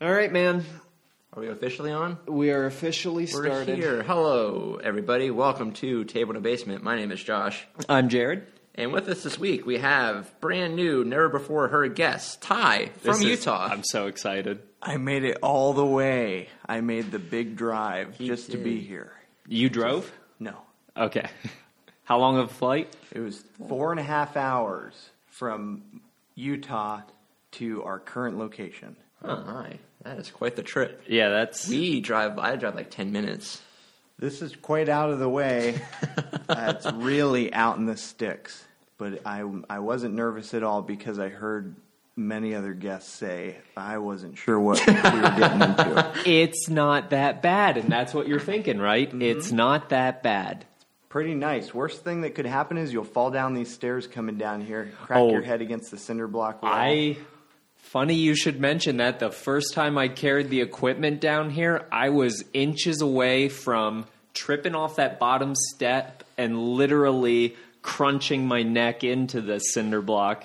All right, man. Are we officially on? We are officially We're started. here. Hello, everybody. Welcome to Table in the Basement. My name is Josh. I'm Jared. And with us this week, we have brand new, never before heard guest, Ty from This is- Utah. I'm so excited. I made it all the way. I made the big drive just to be did. here. You drove? No, Okay. How long of a flight? it was four and a half hours from Utah to our current location. oh, my. That is quite the trip. Yeah, that's We drive, I drive like 10 minutes. This is quite out of the way. uh, it's really out in the sticks. But I, I wasn't nervous at all because I heard many other guests say I wasn't sure what we were getting into. It's not that bad, and that's what you're thinking, right? Mm-hmm. It's not that bad. Pretty nice. Worst thing that could happen is you'll fall down these stairs coming down here, crack Oh. your head against the cinder block wall. I. Funny you should mention that. The first time I carried the equipment down here, I was inches away from tripping off that bottom step and literally crunching my neck into the cinder block.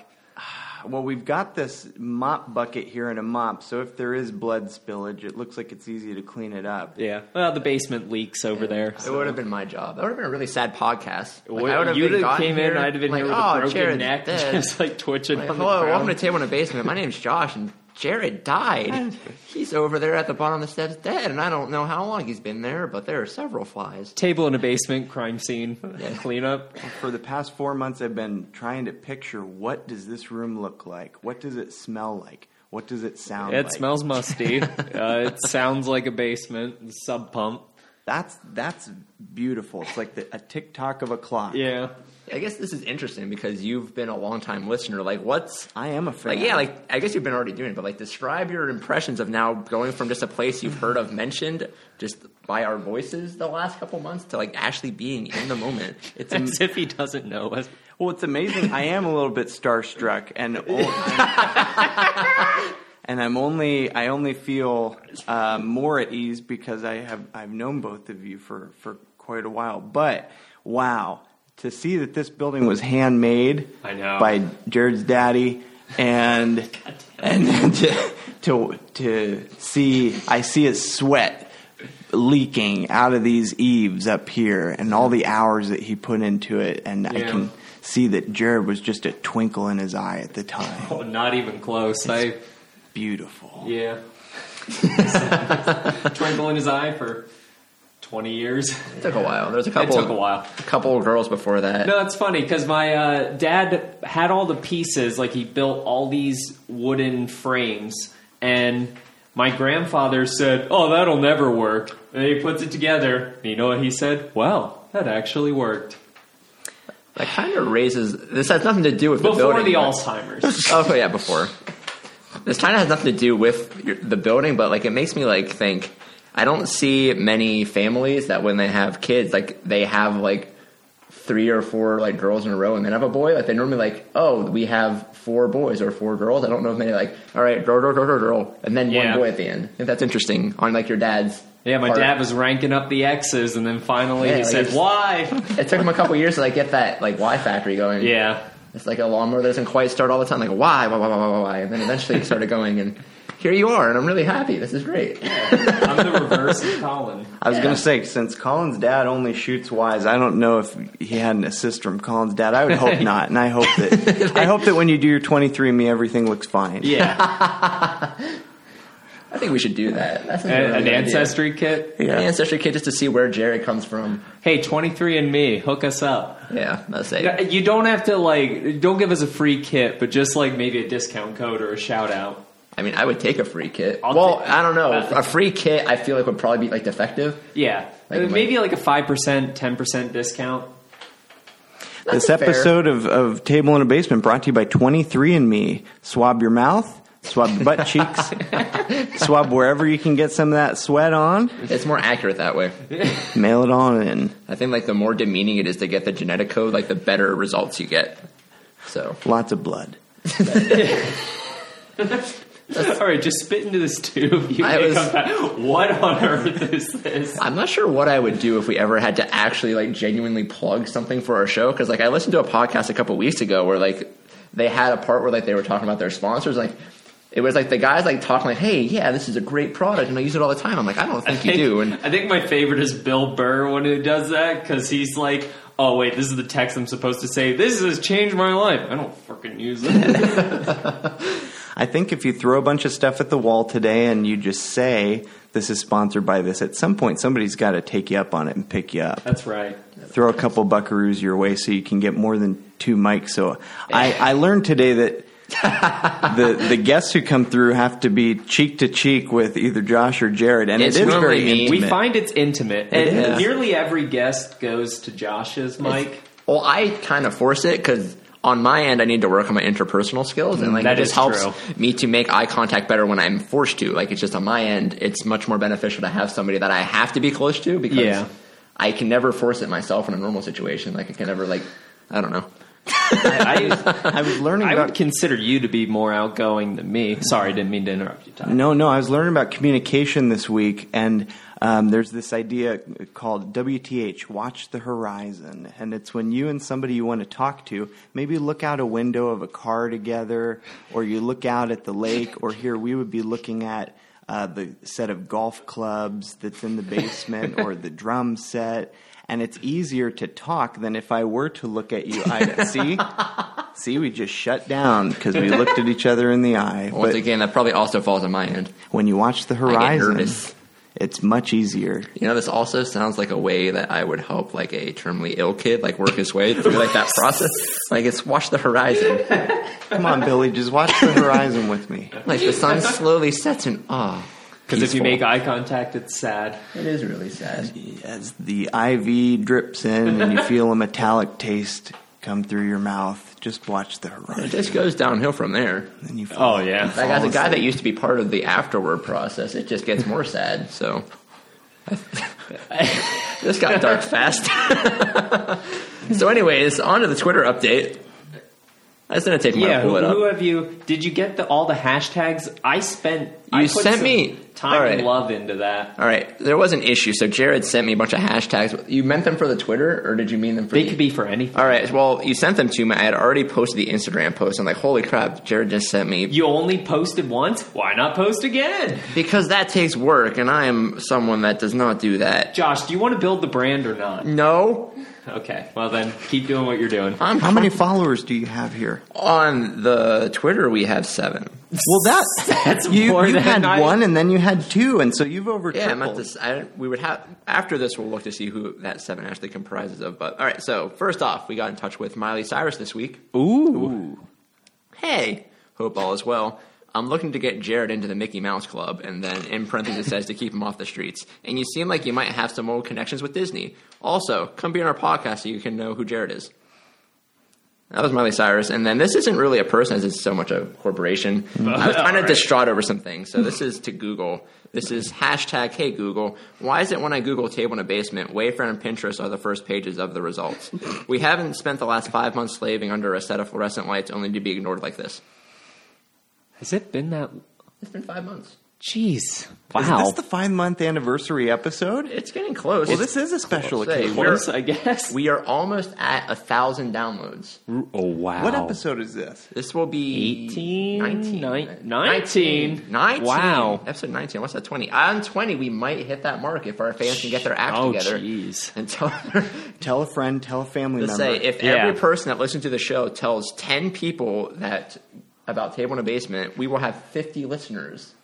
Well, we've got this mop bucket here and a mop, so if there is blood spillage, it looks like it's easy to clean it up. Yeah. Well, the basement leaks over there. It would have been my job. That would have been a really sad podcast. Like, Would- I would have you been would've gotten came in, here, I'd have been like, here with oh, a broken Jared's neck, dead." just like twitching Like, on the hello, ground. welcome to Table in the Basement. My name's Josh, and Jared died. He's over there at the bottom of the steps, dead, and I don't know how long he's been there, but there are several flies. Table in a basement, crime scene, Yeah. cleanup. For the past four months, I've been trying to picture what does this room look like? What does it smell like? What does it Oh sound It like? smells musty. uh, it sounds like a basement, sub pump. That's that's beautiful. It's like the, a tick tock of a clock. Yeah. I guess this is interesting because you've been a longtime listener. Like, what's I am a fan. like? Yeah, like I guess you've been already doing, it, but like, describe your impressions of now going from just a place you've heard of mentioned just by our voices the last couple months to like actually being in the moment. It's As if he doesn't know us. Well, it's amazing. I am a little bit starstruck, and and I'm only I only feel uh, more at ease because I have I've known both of you for for quite a while. But wow, to see that this building was handmade I know. by Jared's daddy, and and to, to to see I see his sweat. Leaking out of these eaves up here, and all the hours that he put into it, and I Yeah. can see that Jared was just a twinkle in his eye at the time. Oh, not even close. I Beautiful. yeah. Twinkle in his eye for twenty years. it took a while. There was a It couple. took a while. A couple of girls before that. No, it's funny because my uh, dad had all the pieces. Like he built all these wooden frames, and my grandfather said, "Oh, that'll never work." And he puts it together. And you know what he said? Well, that actually worked That kind of raises. This has nothing to do with the before building. the but- Alzheimer's. Oh okay, yeah, before. This kind of has nothing to do with your, the building, but like it makes me like think. I don't see many families that when they have kids, like they have like three or four like girls in a row and then have a boy. Like they normally like, oh, we have four boys or four girls. I don't know if many like, all right, girl, girl, girl, girl, girl, and then Yeah. one boy at the end. I think that's interesting on like your dad's. yeah, my part. dad was ranking up the X's, and then finally Yeah, he like said, it's- "Why?" It took him a couple years to like get that like Y factory going. yeah. It's like a lawnmower that doesn't quite start all the time. Like, why, why, why, why, why, why? And then eventually it started going, and here you are, and I'm really happy. This is great. I'm the reverse of Colin. I was Yeah. going to say, since Colin's dad only shoots wise, I don't know if he had an assist from Colin's dad. I would hope not, and I hope that I hope that when you do your 23andMe, everything looks fine. Yeah, I think we should do that. That's an, an ancestry kit. Yeah. An ancestry kit just to see where Jerry comes from. Hey, 23 and Me, hook us up. Yeah, that's it. Yeah, You don't have to like. Don't give us a free kit, but just like maybe a discount code or a shout out. I mean, I would take a free kit. I'll well, take- I don't know. Uh, a free kit, I feel like would probably be like defective. Yeah, Like Uh, maybe like a five percent, ten percent discount. That's This fair. episode of, of Table in a Basement brought to you by 23andMe. Swab your mouth, swab your butt cheeks, swab wherever you can get some of that sweat on. It's more accurate that way. Mail it on in. I think like the more demeaning it is to get the genetic code, like the better results you get. So Lots of blood. All right, just spit into this tube. You I may was- come back. What on earth is this? I'm not sure what I would do if we ever had to actually like genuinely plug something for our show because like I listened to a podcast a couple weeks ago where like they had a part where like they were talking about their sponsors like it was like the guys like talking like, "Hey, yeah, this is a great product, and I use it all the time." I'm like, "I don't think you do." And I think my favorite is Bill Burr when he does that because he's like, "Oh wait, this is the text I'm supposed to say. This has changed my life. I don't fucking use it." I think if you throw a bunch of stuff at the wall today and you just say this is sponsored by this, at some point somebody's got to take you up on it and pick you up. That's right. Throw a couple buckaroos your way so you can get more than two mics. So I, I learned today that. the the guests who come through have to be cheek to cheek with either Josh or Jared, and It's it is normally very me. intimate. We find it's intimate, It and is. nearly every guest goes to Josh's mic. well, I kind of force it because on my end, I need to work on my interpersonal skills, and like Mm, That it just is helps true. me to make eye contact better when I'm forced to. Like it's just on my end, it's much more beneficial to have somebody that I have to be close to because Yeah. I can never force it myself in a normal situation. Like I can never like I don't know. I, I was learning I, I about would consider you to be more outgoing than me. Sorry, didn't mean to interrupt you, Tom. No, no, I was learning about communication this week, and um, there's this idea called WTH, watch the horizon. And it's when you and somebody you want to talk to maybe look out a window of a car together, or you look out at the lake, or here we would be looking at uh, the set of golf clubs that's in the basement, or the drum set. And it's easier to talk than if I were to look at you. I see, see, we just shut down because we looked at each other in the eye. Once But- again, that probably also falls on my end. when you watch the get horizon, nervous. it's much easier. You know, this also sounds like a way that I would help like a terminally ill kid like work his way through like that process. Like it's watch the horizon. Come on, Billy, just watch the horizon with me. Like the sun slowly sets and ah. Because if you make eye contact, it's sad. it is really sad. As the IV drips in and you feel a metallic taste come through your mouth, just watch the It horizon. just goes downhill from there. And you fall. yeah, Like Oh, as a guy that used to be part of the afterward process, it just gets more sad. So this got dark fast. so, anyways, on to the Twitter update. That's gonna take a while yeah. to pull Who, it up. who have you? Did you get the, all the hashtags? I spent. I You put sent some me- time Alright. and love into that. All right, there was an issue. So Jared sent me a bunch of hashtags. You meant them for the Twitter, or did you mean them for? They the- could be for anything. All right. Well, you sent them to me. I had already posted the Instagram post. I'm like, holy crap! Jared just sent me You only posted once. Why not post again? because that takes work, and I am someone that does not do that. Josh, do you want to build the brand or not? No, Okay. Well, then keep doing what you're doing. I'm How many followers do you have here? on the Twitter. We have seven. Well, that That's you, more you than had I- one, and then you had two, and so you've over Yeah, I'm at tripled. this. I, we would have after this. We'll look to see who that seven actually comprises of. But all right. So first off, we got in touch with Miley Cyrus this week. Ooh, hey, hope all is well. I'm looking to get Jared into the Mickey Mouse Club, and then in parentheses it says to keep him off the streets. And you seem like you might have some old connections with Disney. Also, come be on our podcast so you can know who Jared is. That was Miley Cyrus, and then this isn't really a person; as it's so much a corporation. I was kind of distraught over some things, so this is to Google. This is hashtag Hey Google. Why is it when I Google table in a basement, Wayfair and Pinterest are the first pages of the results? We haven't spent the last five months slaving under a set of fluorescent lights, only to be ignored like this. Has it been that? It's been five months. Jeez. is Wow. this the five month anniversary episode? It's getting close. Well, this is a special Say, occasion. we're- Close, I guess. we are almost at a thousand downloads. Oh wow! What episode is this? This will be 18, 19. nine- 19. 19. 19. Wow. Episode 19. What's that, 20? On 20, we might hit that mark if our fans can get their act Oh, together. jeez. And tell them Tell a friend, tell a family to member. say, if Yeah. every person that listens to the show tells 10 people that about Table in a Basement, we will have 50 listeners.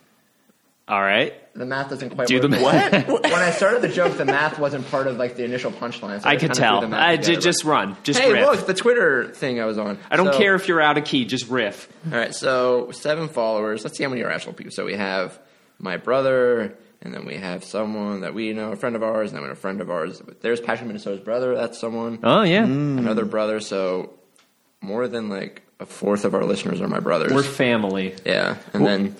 All right. The math doesn't quite Do work. the math. What? when I started the joke, the math wasn't part of like the initial punchline. So I could just kinda threw the tell. math I together, did but- just run. Just Hey, riff. look, the Twitter thing I was on. I don't So- care if you're out of key. Just riff. All right, so seven followers. Let's see how many are actual people. So we have my brother, and then we have someone that we know, a friend of ours, and then a friend of ours. There's Patrick Minnesota's brother. That's someone. Oh yeah. Another brother. So more than like a fourth of our listeners are my brothers. We're family. yeah, and then.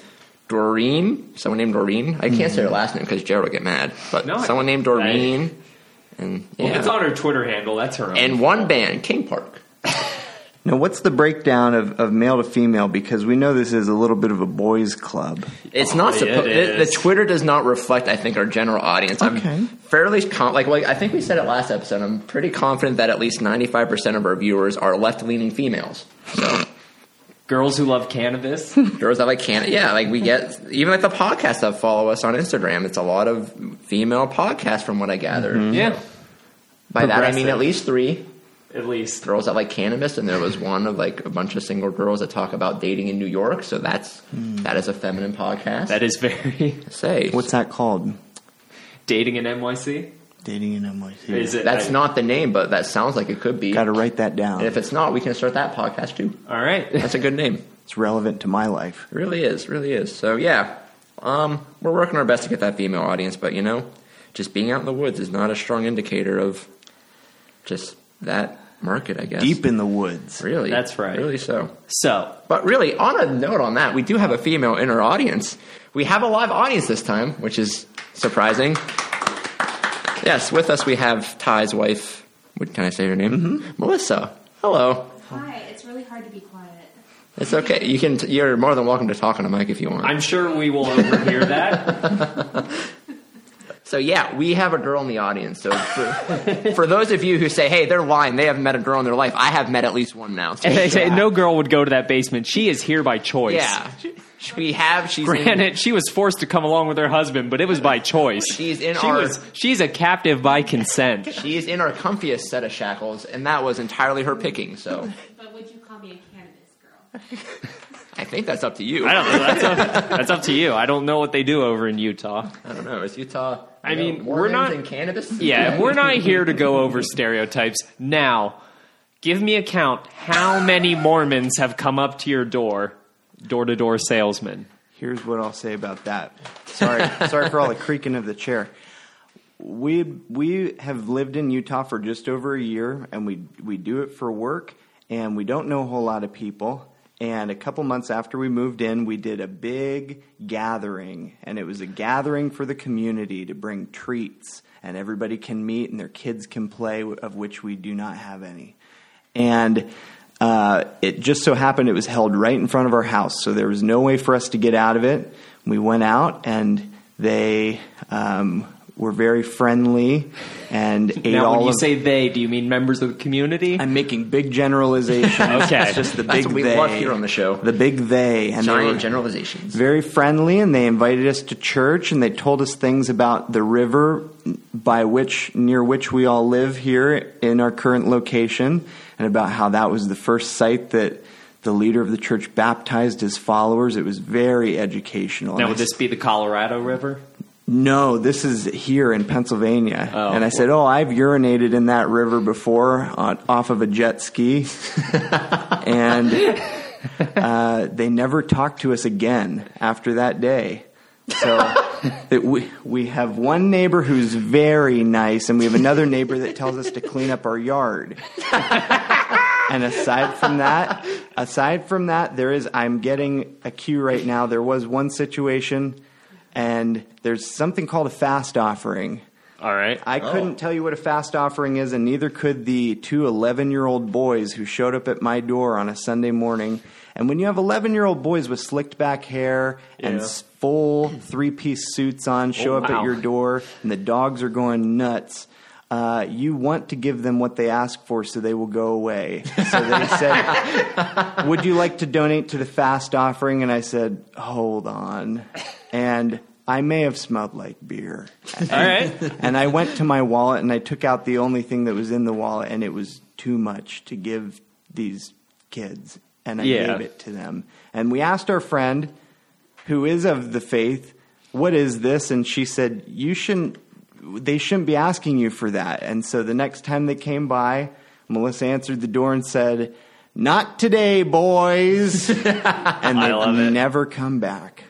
Doreen, someone named Doreen. I can't say her last name because Jared will get mad. But No, I- someone named Doreen, and Well, yeah. It's on her Twitter handle. That's her own. and one band, King Park. Now, what's the breakdown of, of male to female? Because we know this is a little bit of a boys' club. It's not it supposed. The, is. the Twitter does not reflect, I think, our general audience. Okay. I'm fairly con- like, like I think we said it last episode. I'm pretty confident that at least 95 percent of our viewers are left leaning females. So Girls who love cannabis. Girls that like can't. Yeah, like we get even like the podcasts that follow us on Instagram. It's a lot of female podcasts, from what I gather. yeah, By that I mean Mm-hmm. Progressive. at least three at least. girls that like cannabis, and there was one of like a bunch of single girls that talk about dating in New York. So that's that is a feminine podcast. Hmm. That is very say What's that called? dating in NYC. Dating in NYC. Is it? Mm. that's I- not the name, but that sounds like it could be. Got to write that down. and if it's not, we can start that podcast too. all right. That's a good name. it's relevant to my life. It really is, really is. So yeah, um, we're working our best to get that female audience, but you know, just being out in the woods is not a strong indicator of just that market, I guess. Deep in the woods. really, That's right. really so. So But really, on a note on that, we do have a female in our audience. We have a live audience this time, which is surprising. Yes, with us we have Ty's wife. What can I say her name? Mm-hmm. Melissa. Hello. Hi, it's really hard to be quiet. It's okay. You can. You're more than welcome to talk on a mic if you want. I'm sure we will overhear that. So yeah, we have a girl in the audience. So for, for those of you who say, "Hey, they're lying. They haven't met a girl in their life," I have met at least one now. So, They say no girl would go to that basement. She is here by choice. yeah, we have. She's in, Granted, she was forced to come along with her husband, but it was by choice. She's in she our- was, she's a captive by consent. she's in our comfiest set of shackles, and that was entirely her picking. So But would you call me a cannabis girl? I think that's up to you. I don't know. That's up, that's up to you. I don't know what they do over in Utah. I don't know. Is Utah? I you know, mean, more we're hens not- in cannabis. Yeah, and we're not here to go over stereotypes. Now, give me a count. How many Mormons have come up to your door, door to door salesman? Here's what I'll say about that. Sorry, sorry for all the creaking of the chair. We we have lived in Utah for just over a year, and we we do it for work, and we don't know a whole lot of people. And a couple months after we moved in, we did a big gathering, and it was a gathering for the community to bring treats, and everybody can meet, and their kids can play, of which we do not have any and uh, it just so happened it was held right in front of our house, so there was no way for us to get out of it. We went out, and they um, were very friendly and ate Now, all when you of. say they, do you mean members of the community? I'm making big generalizations. Okay. it's just the big That's what we they. love here on the show. The big they and they Giant were- generalizations. very friendly and they invited us to church and they told us things about the river by which near which we all live here in our current location and about how that was the first site that the leader of the church baptized his followers it was very educational now, And I would this be the Colorado River? no, this is here in Pennsylvania. and I said, Oh, I've urinated in that river before on, off of a jet ski. and uh, they never talked to us again after that day. So it, we, we have one neighbor who's very nice, and we have another neighbor that tells us to clean up our yard. And aside from that, aside from that, there is. I'm getting a cue right now. There was one situation, and there's something called a fast offering. All right. I couldn't tell you what a fast offering is, and neither could the two 11 year old boys who showed up at my door on a Sunday morning. And when you have 11 year old boys with slicked back hair and Yeah. s- full three piece suits on show up at wow. your door, and the dogs are going nuts. Uh, you want to give them what they ask for so they will go away. So they said, Would you like to donate to the fast offering? And I said, Hold on. And I may have smelled like beer All right. and I went to my wallet and I took out the only thing that was in the wallet, and it was too much to give these kids. And I Yeah. gave it to them. And we asked our friend, who is of the faith, what is this? And she said, You shouldn't, they shouldn't be asking you for that. And so the next time they came by, Melissa answered the door and said, Not today, boys. and I they love it. never come back.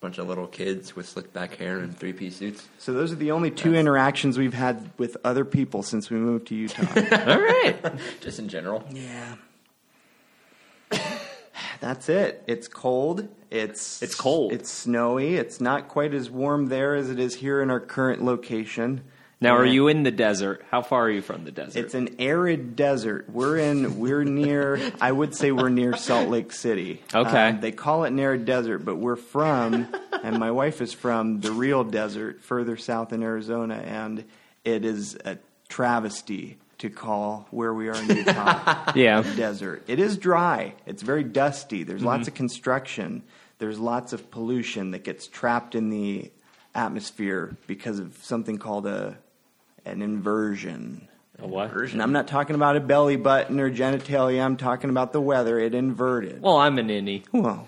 bunch of little kids with slick back hair and three piece suits. So those are the only two interactions we've had with other people since we moved to Utah. All right. Just in general. Yeah. That's it. It's cold. It's It's cold. It's snowy. It's not quite as warm there as it is here in our current location. Now, are Yeah. you in the desert? How far are you from the desert? It's an arid desert. We're in. We're near. I would say we're near Salt Lake City. Okay. Um, they call it an arid desert, but we're from, and my wife is from the real desert, further south in Arizona, and it is a travesty to call where we are in Utah Yeah. desert. It is dry. It's very dusty. There's lots of construction. There's lots of pollution that gets trapped in the atmosphere because of something called a an inversion. A what? And I'm not talking about a belly button or genitalia. I'm talking about the weather. It inverted. Well, I'm an innie. Well,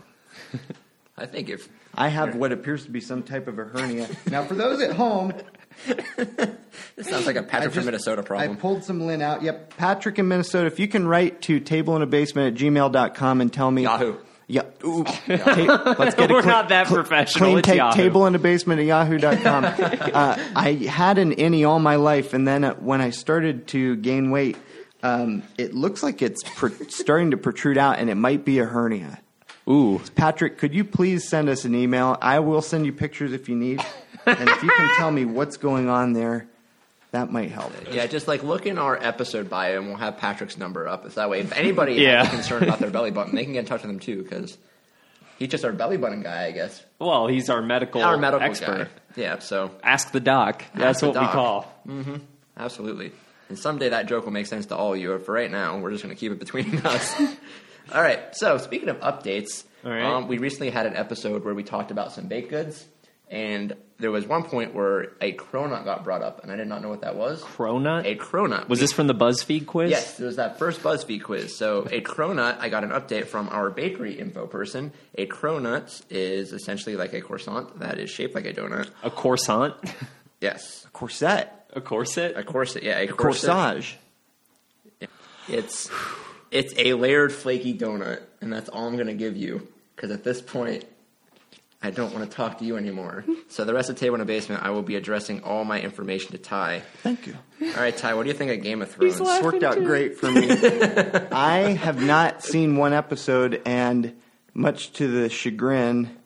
I think if I have what appears to be some type of a hernia. now, for those at home, this sounds like a Patrick from I just- Minnesota I problem. pulled some lint out. Yep. Patrick in Minnesota, if you can write to tableinabasement at gmail.com and tell me. Yahoo. Yep. Ooh. Ta- let's get a We're clean- not that cl- professional. Clean It's ta- Yahoo. table in a basement at yahoo.com. uh, I had an innie all my life, and then uh, when I started to gain weight, um, it looks like it's pr- starting to protrude out, and it might be a hernia. Ooh. Patrick, could you please send us an email? I will send you pictures if you need. and if you can tell me what's going on there, that might help. yeah, just like look in our episode bio, and we'll have Patrick's number up. So that way, if anybody Yeah. is concerned about their belly button, they can get in touch with him too, because he's just our belly button guy, I guess. Well, he's our medical, Our medical expert. guy. Yeah, so Ask the doc. That's the what doc. we call. Absolutely. And someday that joke will make sense to all of you, but for right now, we're just going to keep it between us. all right. So, speaking of updates, All right. um, we recently had an episode where we talked about some baked goods, and there was one point where a cronut got brought up, and I did not know what that was. Cronut? A cronut. Was this from the BuzzFeed quiz? Yes, there was that first BuzzFeed quiz. So a cronut, I got an update from our bakery info person. A cronut is essentially like a croissant that is shaped like a donut. A corsant? Yes, Corset. A corset? a corset. Yeah, a corset. Corsage. It's it's a layered flaky donut, and that's all I'm gonna give you. Because at this point, I don't want to talk to you anymore. So the rest of the table in the basement, I will be addressing all my information to Ty. Thank you. All right, Ty, what do you think of Game of Thrones? It's worked out great for me. I have not seen one episode, and much to the chagrin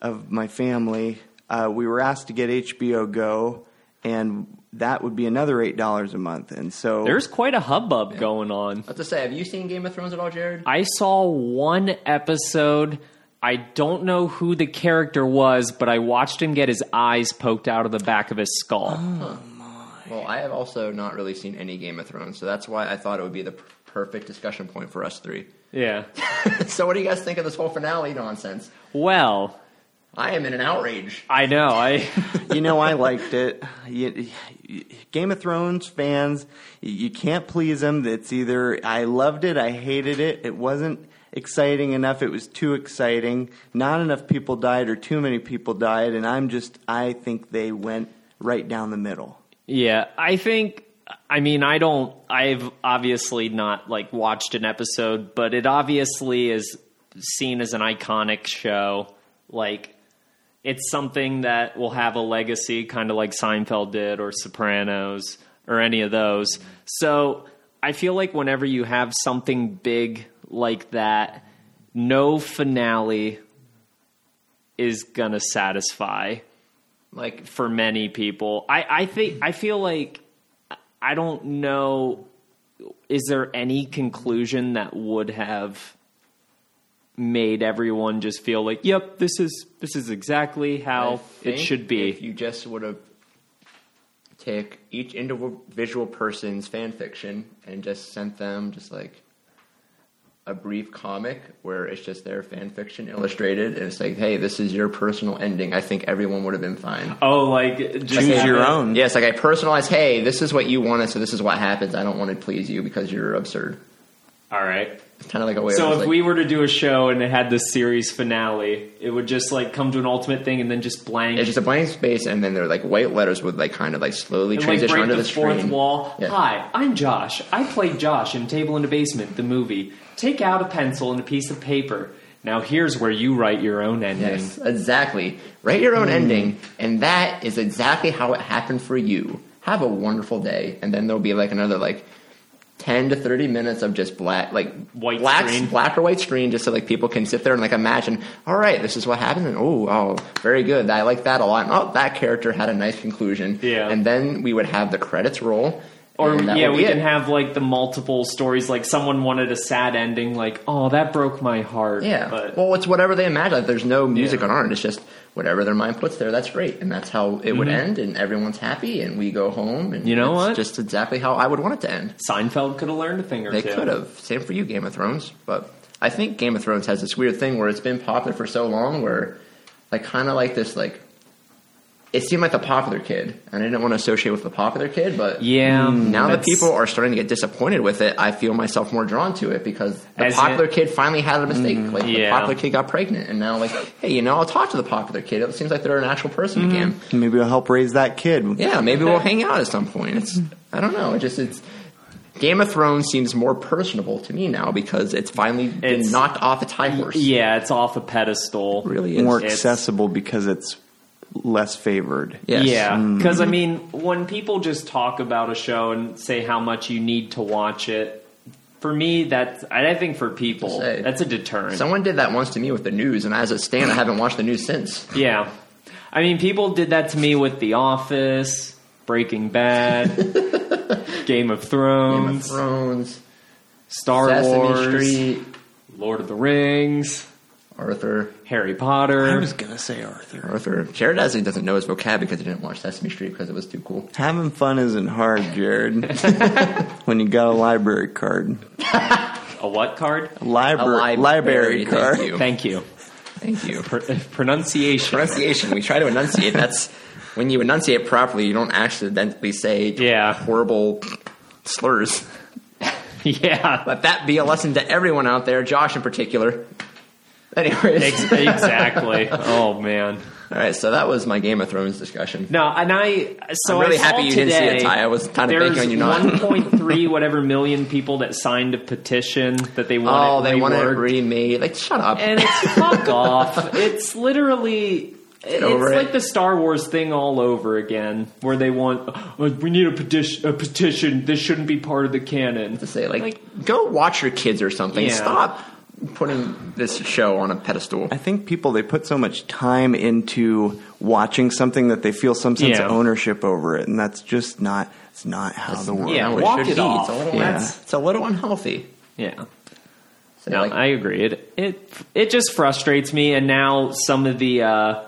of my family, uh, we were asked to get HBO Go, and that would be another eight dollars a month. And so There's quite a hubbub going on. I have to say, have you seen Game of Thrones at all, Jared? I saw one episode. I don't know who the character was, but I watched him get his eyes poked out of the back of his skull. Well, I have also not really seen any Game of Thrones, so that's why I thought it would be the per- perfect discussion point for us three. Yeah. so, what do you guys think of this whole finale nonsense? Well, I am in an outrage. I know. I you know, I liked it. You- you- Game of Thrones fans, you- you can't please them. It's either I loved it, I hated it. It wasn't exciting enough. It was too exciting. Not enough people died, or too many people died. And I'm just, I think they went right down the middle. Yeah, I think I mean I don't I've obviously not like watched an episode, but it obviously is seen as an iconic show. Like it's something that will have a legacy kind of like Seinfeld did or Sopranos or any of those. So, I feel like whenever you have something big like that, no finale is going to satisfy Like, for many people. I, I think I feel like I don't know. Is there any conclusion that would have made everyone just feel like, "Yep, this is this is exactly I how it think should be"? If you just would have take each individual person's fan fiction and just sent them just like a brief comic where it's just their fan fiction illustrated, and it's like, hey, this is your personal ending. I think everyone would have been fine. oh, like just Choose have your it- own. Yes, like I personalized. Hey, this is what you wanted, so this is what happens. I don't want to please you because you're absurd. All right. It's kind of like a way. So of if like, we were to do a show and it had this series finale, it would just like come to an ultimate thing and then just blank. it's just a blank space, and then there are like white letters would like kind of like slowly and like transition break under the, the, fourth screen. wall. Yeah. Hi, I'm Josh. I played Josh in Table in the Basement, the movie. Take out a pencil and a piece of paper. Now here's where you write your own ending. Yes, exactly. Write your Mm. own ending, and that is exactly how it happened for you. Have a wonderful day, and then there'll be like another like ten to thirty minutes of just black, like White black, screen. black or white screen, just so like people can sit there and like imagine. All right, this is what happened, and oh, oh, very good. I like that a lot. And, oh, that character had a nice conclusion. Yeah. and then we would have the credits roll. Or And that yeah, would we be can it. have like the multiple stories. Like someone wanted a sad ending, like oh that broke my heart. Yeah. but well, it's whatever they imagine. Like, there's no music Yeah. on art. It's just whatever their mind puts there. That's great, and that's how it would end. And everyone's happy, and we go home. And Mm-hmm. You know it's what? Just exactly how I would want it to end. Seinfeld could have learned a thing or They two. could have. Same for you, Game of Thrones. But I think Game of Thrones has this weird thing where it's been popular for so long, where like kind of like this like. It seemed like the popular kid, and I didn't want to associate with the popular kid, but Yeah, now that that's- people are starting to get disappointed with it, I feel myself more drawn to it because the As popular it- kid finally had a mistake. like the yeah. popular kid got pregnant, and now like, hey, you know, I'll talk to the popular kid. It seems like they're an actual person again. Maybe I'll help raise that kid. Yeah, maybe we'll hang out at some point. It's I don't know. It just it's Game of Thrones seems more personable to me now because it's finally been It's- knocked off its high horse. Yeah, it's off a pedestal. It really is. More It's- accessible because it's less favored. Yes. Mm-hmm. Yeah, because I mean, when people just talk about a show and say how much you need to watch it, for me, that's I I think for people Say. that's a deterrent. Someone did that once to me with the news, and as a stand, I haven't watched the news since. yeah, I mean, people did that to me with The Office, Breaking Bad, Game of Thrones, Game of Thrones, Star Sesame Wars, Street, Lord of the Rings, Arthur. Harry Potter. gonna say Arthur. Arthur. Jared actually doesn't know his vocab because he didn't watch Sesame Street because it was too cool. Having fun isn't hard, Jared. when you got a library card, a what card? A library library card. Thank you. Thank you. Thank you. Pr- pronunciation. Pronunciation. We try to enunciate. That's when you enunciate properly. You don't accidentally say Yeah, horrible slurs. yeah. Let that be a lesson to everyone out there, Josh in particular. Anyways, Ex- exactly. Oh man. all right. So that was my Game of Thrones discussion. No, and I so I'm really I saw happy you today, didn't see it, Ty. I was kind of There's banking on you not. 1.3 whatever million people that signed a petition that they wanted oh, they want it reworked. remade. Like, shut up. and it's fuck off. It's literally it's over like it. the Star Wars thing all over again, where they want "Oh, we need a petition. A petition. This shouldn't be part of the canon. to say like, go watch your kids or something. Yeah. Stop putting this show on a pedestal. I think people they put so much time into watching something that they feel some sense Yeah. of ownership over it, and that's just not it's not how the world. yeah, How walk should it off. It's a little, Yeah. it's, it's a little unhealthy. Yeah. So, No, like, I agree. It it it just frustrates me. And now some of the uh,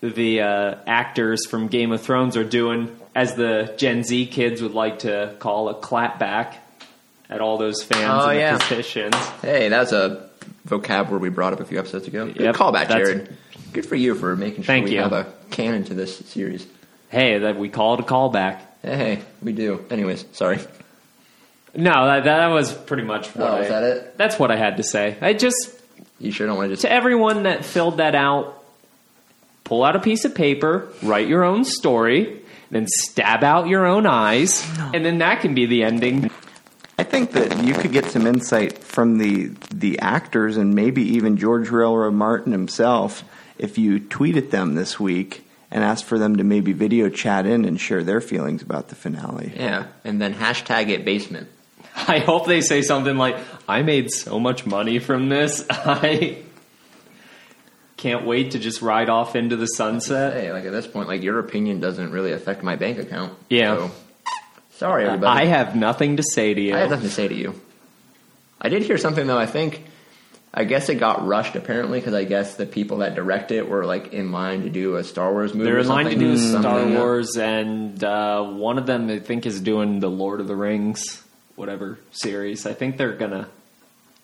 the uh, actors from Game of Thrones are doing, as the Gen Z kids would like to call, a clapback at all those fans Oh, and the yeah. petitions. hey, that was a vocab word we brought up a few episodes ago. Good Yep, callback, that's- Jared. Good for you for making sure Thank we you. have a canon to this series. Hey, that we call it a callback. Hey, hey, we do. Anyways, sorry. No, that that was pretty much what Oh, I, is that it? That's what I had to say. I just You sure don't want to just to everyone that filled that out, pull out a piece of paper, write your own story, then stab out your own eyes, and then that can be the ending. I think that you could get some insight from the the actors and maybe even George Railroad Martin himself if you tweeted them this week and asked for them to maybe video chat in and share their feelings about the finale. yeah, and then hashtag it basement. I hope they say something like, I made so much money from this. I can't wait to just ride off into the sunset. Hey, like at this point, like your opinion doesn't really affect my bank account. Yeah. So, sorry, everybody. I have nothing to say to you. I have nothing to say to you. I did hear something though. I think, I guess it got rushed apparently because I guess the people that direct it were like in line to do a Star Wars movie. They're or in line to something. do Star Something, uh, Wars, and uh, one of them I think is doing the Lord of the Rings, whatever series. I think they're gonna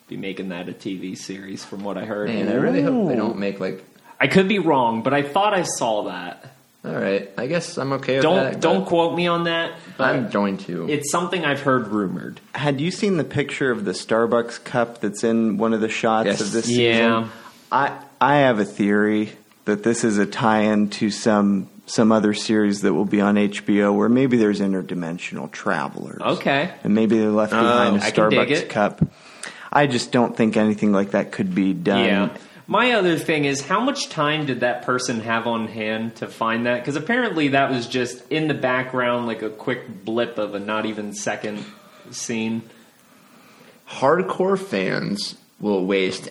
be making that a TV series, from what I heard. Man, I really hope they don't make like. I could be wrong, but I thought I saw that. All right, I guess I'm okay. Don't with that, don't but quote me on that. But I'm going to. it's something I've heard rumored. Had you seen the picture of the Starbucks cup that's in one of the shots Yes. of this Yeah. season? I I have a theory that this is a tie-in to some some other series that will be on HBO where maybe there's interdimensional travelers. Okay. Uh, And maybe they left behind a I can dig it. Starbucks cup. I just don't think anything like that could be done. Yeah. My other thing is, how much time did that person have on hand to find that? Because apparently that was just in the background, like a quick blip of a not even second scene. hardcore fans will waste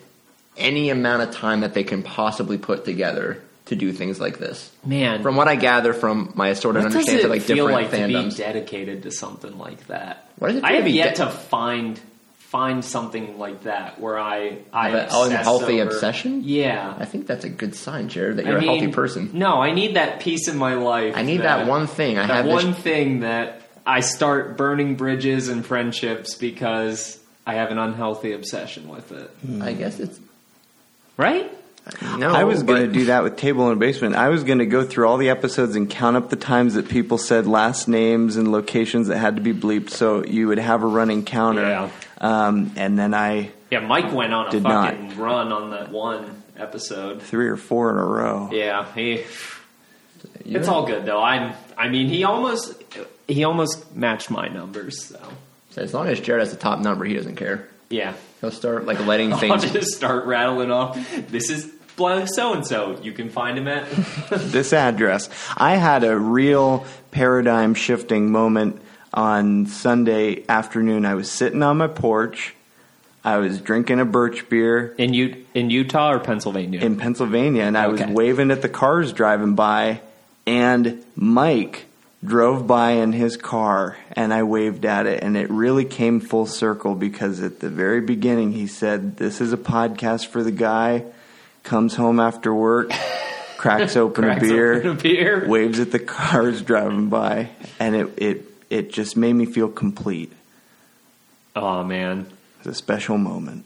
any amount of time that they can possibly put together to do things like this. Man, From what I gather from my assorted what does understanding it of like feel different like to fandoms, be dedicated to something like that? What does it I feel have to be yet de- to find find something like that where I I Have a- a obsess healthy over- obsession? I Yeah, think that's a good sign, Jared, that I you're a mean, healthy person. No, I need that piece in my life. I need that, one thing. I that have this one thing that I start burning bridges and friendships because I have an unhealthy obsession with it. I guess it's Right? no. I was going to but- Oh, do that with Table in Basement. I was going to go through all the episodes and count up the times that people said last names and locations that had to be bleeped, so you would have a running counter. Yeah. Um, and then I Yeah, Mike went on a Did not. fucking run on that one episode. three or four in a row. Yeah, he. you It's all good though. I'm. I mean, he almost he almost matched my numbers. So So as long as Jared has the top number, he doesn't care. yeah, He'll start like letting I'll things. just start rattling off. This is blank so and so. You can find him at. This address. I had a real paradigm shifting moment on Sunday afternoon. I was sitting on my porch. I was drinking a birch beer in U- in Utah or Pennsylvania. in Pennsylvania, and I was Okay. waving at the cars driving by, and Mike drove by in his car, and I waved at it, and it really came full circle because at the very beginning he said, "This is a podcast for the guy comes home after work." Cracks open Cracks a beer, open a beer. waves at the cars driving by, and it, it it just made me feel complete. oh man, It was a special moment.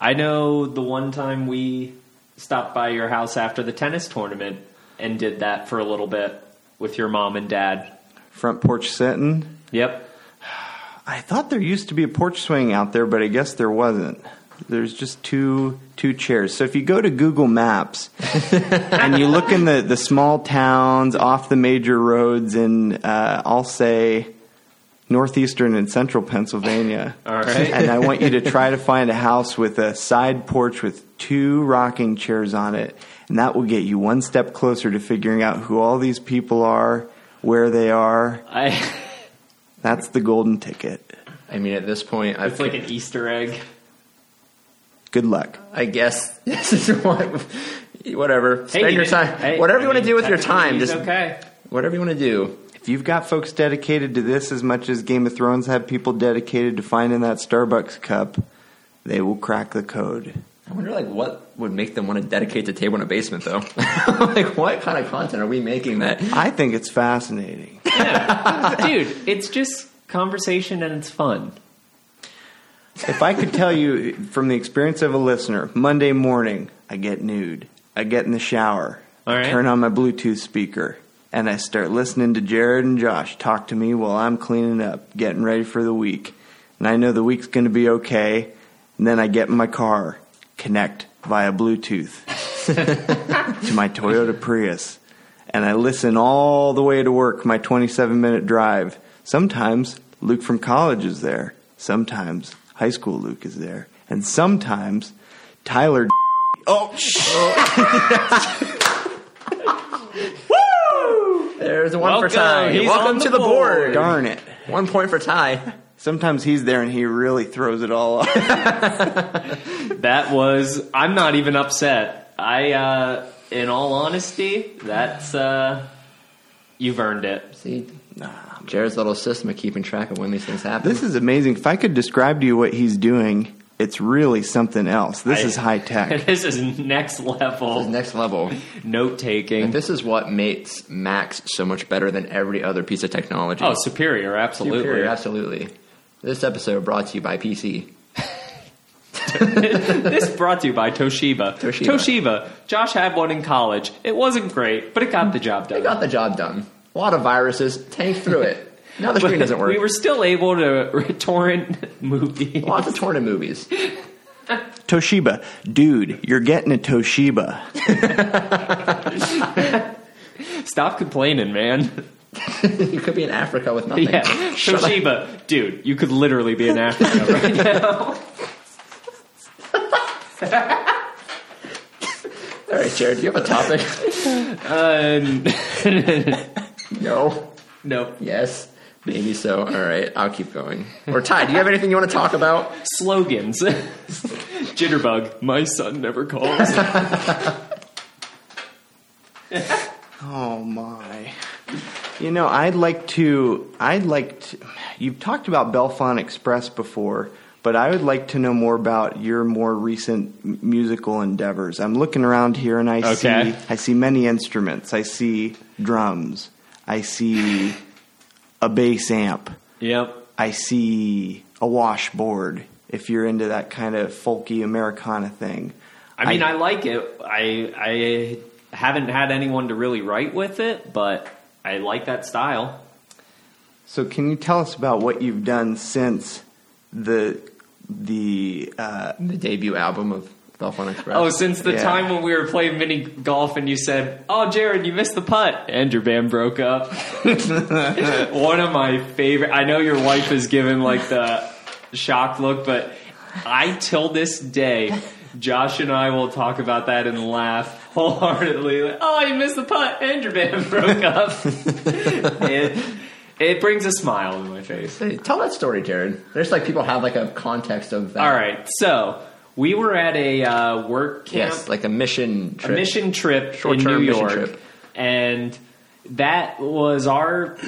I know the one time we stopped by your house after the tennis tournament and did that for a little bit with your mom and dad. Front porch sitting. Yep. I thought there used to be a porch swing out there, but I guess there wasn't. There's just two two chairs. So if you go to Google Maps and you look in the, the small towns off the major roads in uh, I'll say northeastern and central Pennsylvania. All right. And I want you to try to find a house with a side porch with two rocking chairs on it, and that will get you one step closer to figuring out who all these people are, where they are. I. That's the golden ticket. I mean, at this point, I've It's like an Easter egg. Good luck. I guess this is what, whatever. Spend Hey, you your didn't- time, hey, whatever you I want to mean, do with your time. technically Just he's okay. whatever you want to do. If you've got folks dedicated to this as much as Game of Thrones had people dedicated to finding that Starbucks cup, they will crack the code. I wonder, like, what would make them want to dedicate the table in a basement, though? like, what kind of content are we making that? I think it's fascinating. dude. It's just conversation and it's fun. If I could tell you from the experience of a listener, Monday morning, I get nude. I get in the shower. All right. I turn on my Bluetooth speaker and I start listening to Jared and Josh talk to me while I'm cleaning up, getting ready for the week. And I know the week's going to be okay. And then I get in my car, connect via Bluetooth to my Toyota Prius, and I listen all the way to work, my 27 minute drive. Sometimes Luke from college is there, sometimes high school Luke is there, and sometimes Tyler. Oh, There's one for Welcome, Ty. he's on Welcome to the the board. darn it. One point for Ty. Sometimes he's there and he really throws it all off. That was. I'm not even upset. I, uh, in all honesty, that's. Uh, you've earned it. See, Jared's little system of keeping track of when these things happen. This is amazing. If I could describe to you what he's doing, it's really something else. This I- is high tech. This is next This is level next level. note taking. This is what makes Max so much better than every other piece of technology. Oh, superior, absolutely. Superior, absolutely. This episode brought to you by PC. this brought to you by Toshiba. Toshiba. Josh had one in college. It wasn't great, but it got the job done. We got the job done. A lot of viruses, tanked through it. Now the screen doesn't work. We were still able to torrent movie. Lots of torrent movies. Toshiba. Dude, you're getting a Toshiba. Stop complaining, man. you could be in Africa with nothing. Yeah, Toshiba, dude, you could literally be in Africa right now. All right, Jared, do you have a topic? Uh, no. no, Yes. Maybe so. All right, I'll keep going. Or Ty, do you have anything you want to talk about? slogans. Jitterbug, my son never calls. Oh my. You know, I'd like to I'd like to you've talked about Belfont Express before, but I would like to know more about your more recent m- musical endeavors. I'm looking around here and I Okay. see I see many instruments. I see drums. I see a bass amp. Yep. I see a washboard if you're into that kind of folky Americana thing. I mean, I, like it. I I haven't had anyone to really write with it, but I like that style. So, can you tell us about what you've done since the the uh, The debut album of Belfont Express. Oh, since the Yeah. time when we were playing mini golf and you said, "Oh, Jared, you missed the putt," and your band broke up. One of my favorite. I know your wife is given like the shock look, but I till this day, Josh and I will talk about that and laugh wholeheartedly. Like, oh, you missed the putt, and your band broke up. it, it brings a smile on my face. Hey, tell that story, Jared. There's like people have like a context of that. All right, so we were at a uh, work camp. Yes, like a mission trip. a mission trip in Short-term New mission York, trip. and that was our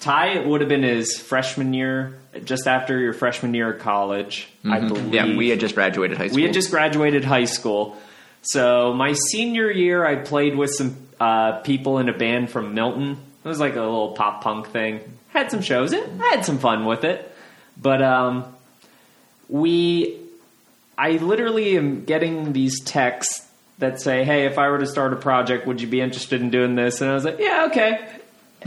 tie. It would have been his freshman year, just after your freshman year of college, I believe. Mm-hmm. Yeah, we had just graduated high school. We had just graduated high school. So my senior year, I played with some uh, people in a band from Milton. It was like a little pop punk thing. Had some shows. It I had some fun with it, but um, we. I literally am getting these texts that say, "Hey, if I were to start a project, would you be interested in doing this?" And I was like, "Yeah, okay."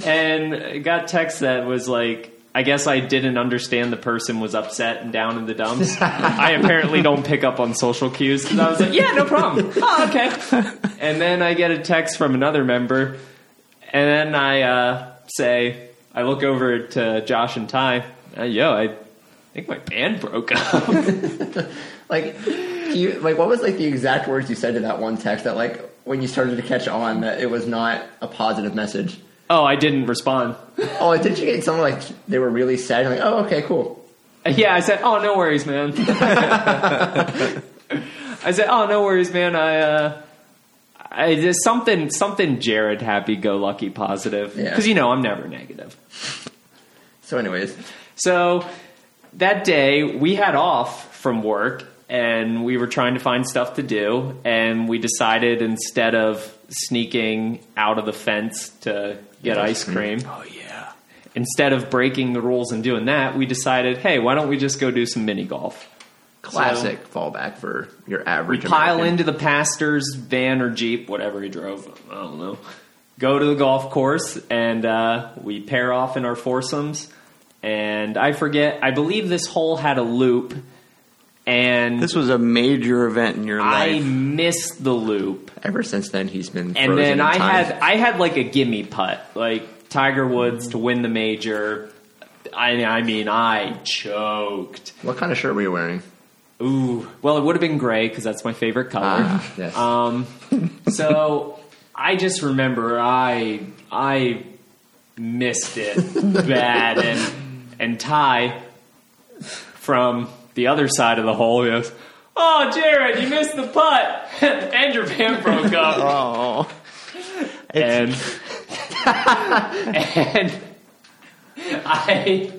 And I got text that was like, "I guess I didn't understand the person was upset and down in the dumps." I apparently don't pick up on social cues because I was like, "Yeah, no problem." oh, okay. And then I get a text from another member, and then I uh, say, I look over to Josh and Ty. Uh, yo, I think my band broke up. like you like what was like the exact words you said to that one text that like when you started to catch on that it was not a positive message. oh, I didn't respond. Oh, did you get someone like they were really sad? You're like, oh, okay, cool. Yeah, I said, "Oh, no worries, man." I said, "Oh, no worries, man." I, uh, I just something, something. Jared, happy go lucky, positive. Yeah. Because you know I'm never negative. So, anyways, So that day we had off from work and we were trying to find stuff to do and we decided instead of sneaking out of the fence to get ice cream, oh yeah instead of breaking the rules and doing that, we decided, hey, why don't we just go do some mini golf? classic fallback for your average. Pile American. into the pastor's van or jeep, whatever he drove. I don't know. Go to the golf course, and uh, we pair off in our foursomes. And I forget. I believe this hole had a loop, and this was a major event in your I life missed the loop. Ever since then, he's been. And frozen then in I time. had I had like a gimme putt, like Tiger Woods to win the major. I, I mean, I choked. What kind of shirt were you wearing? Ooh, well, it would have been gray because that's my favorite color. Ah, yes. Um, so I just remember I I missed it bad, and and Ty from the other side of the hole goes, "Oh, Jared, you missed the putt, and your band broke up." oh and and I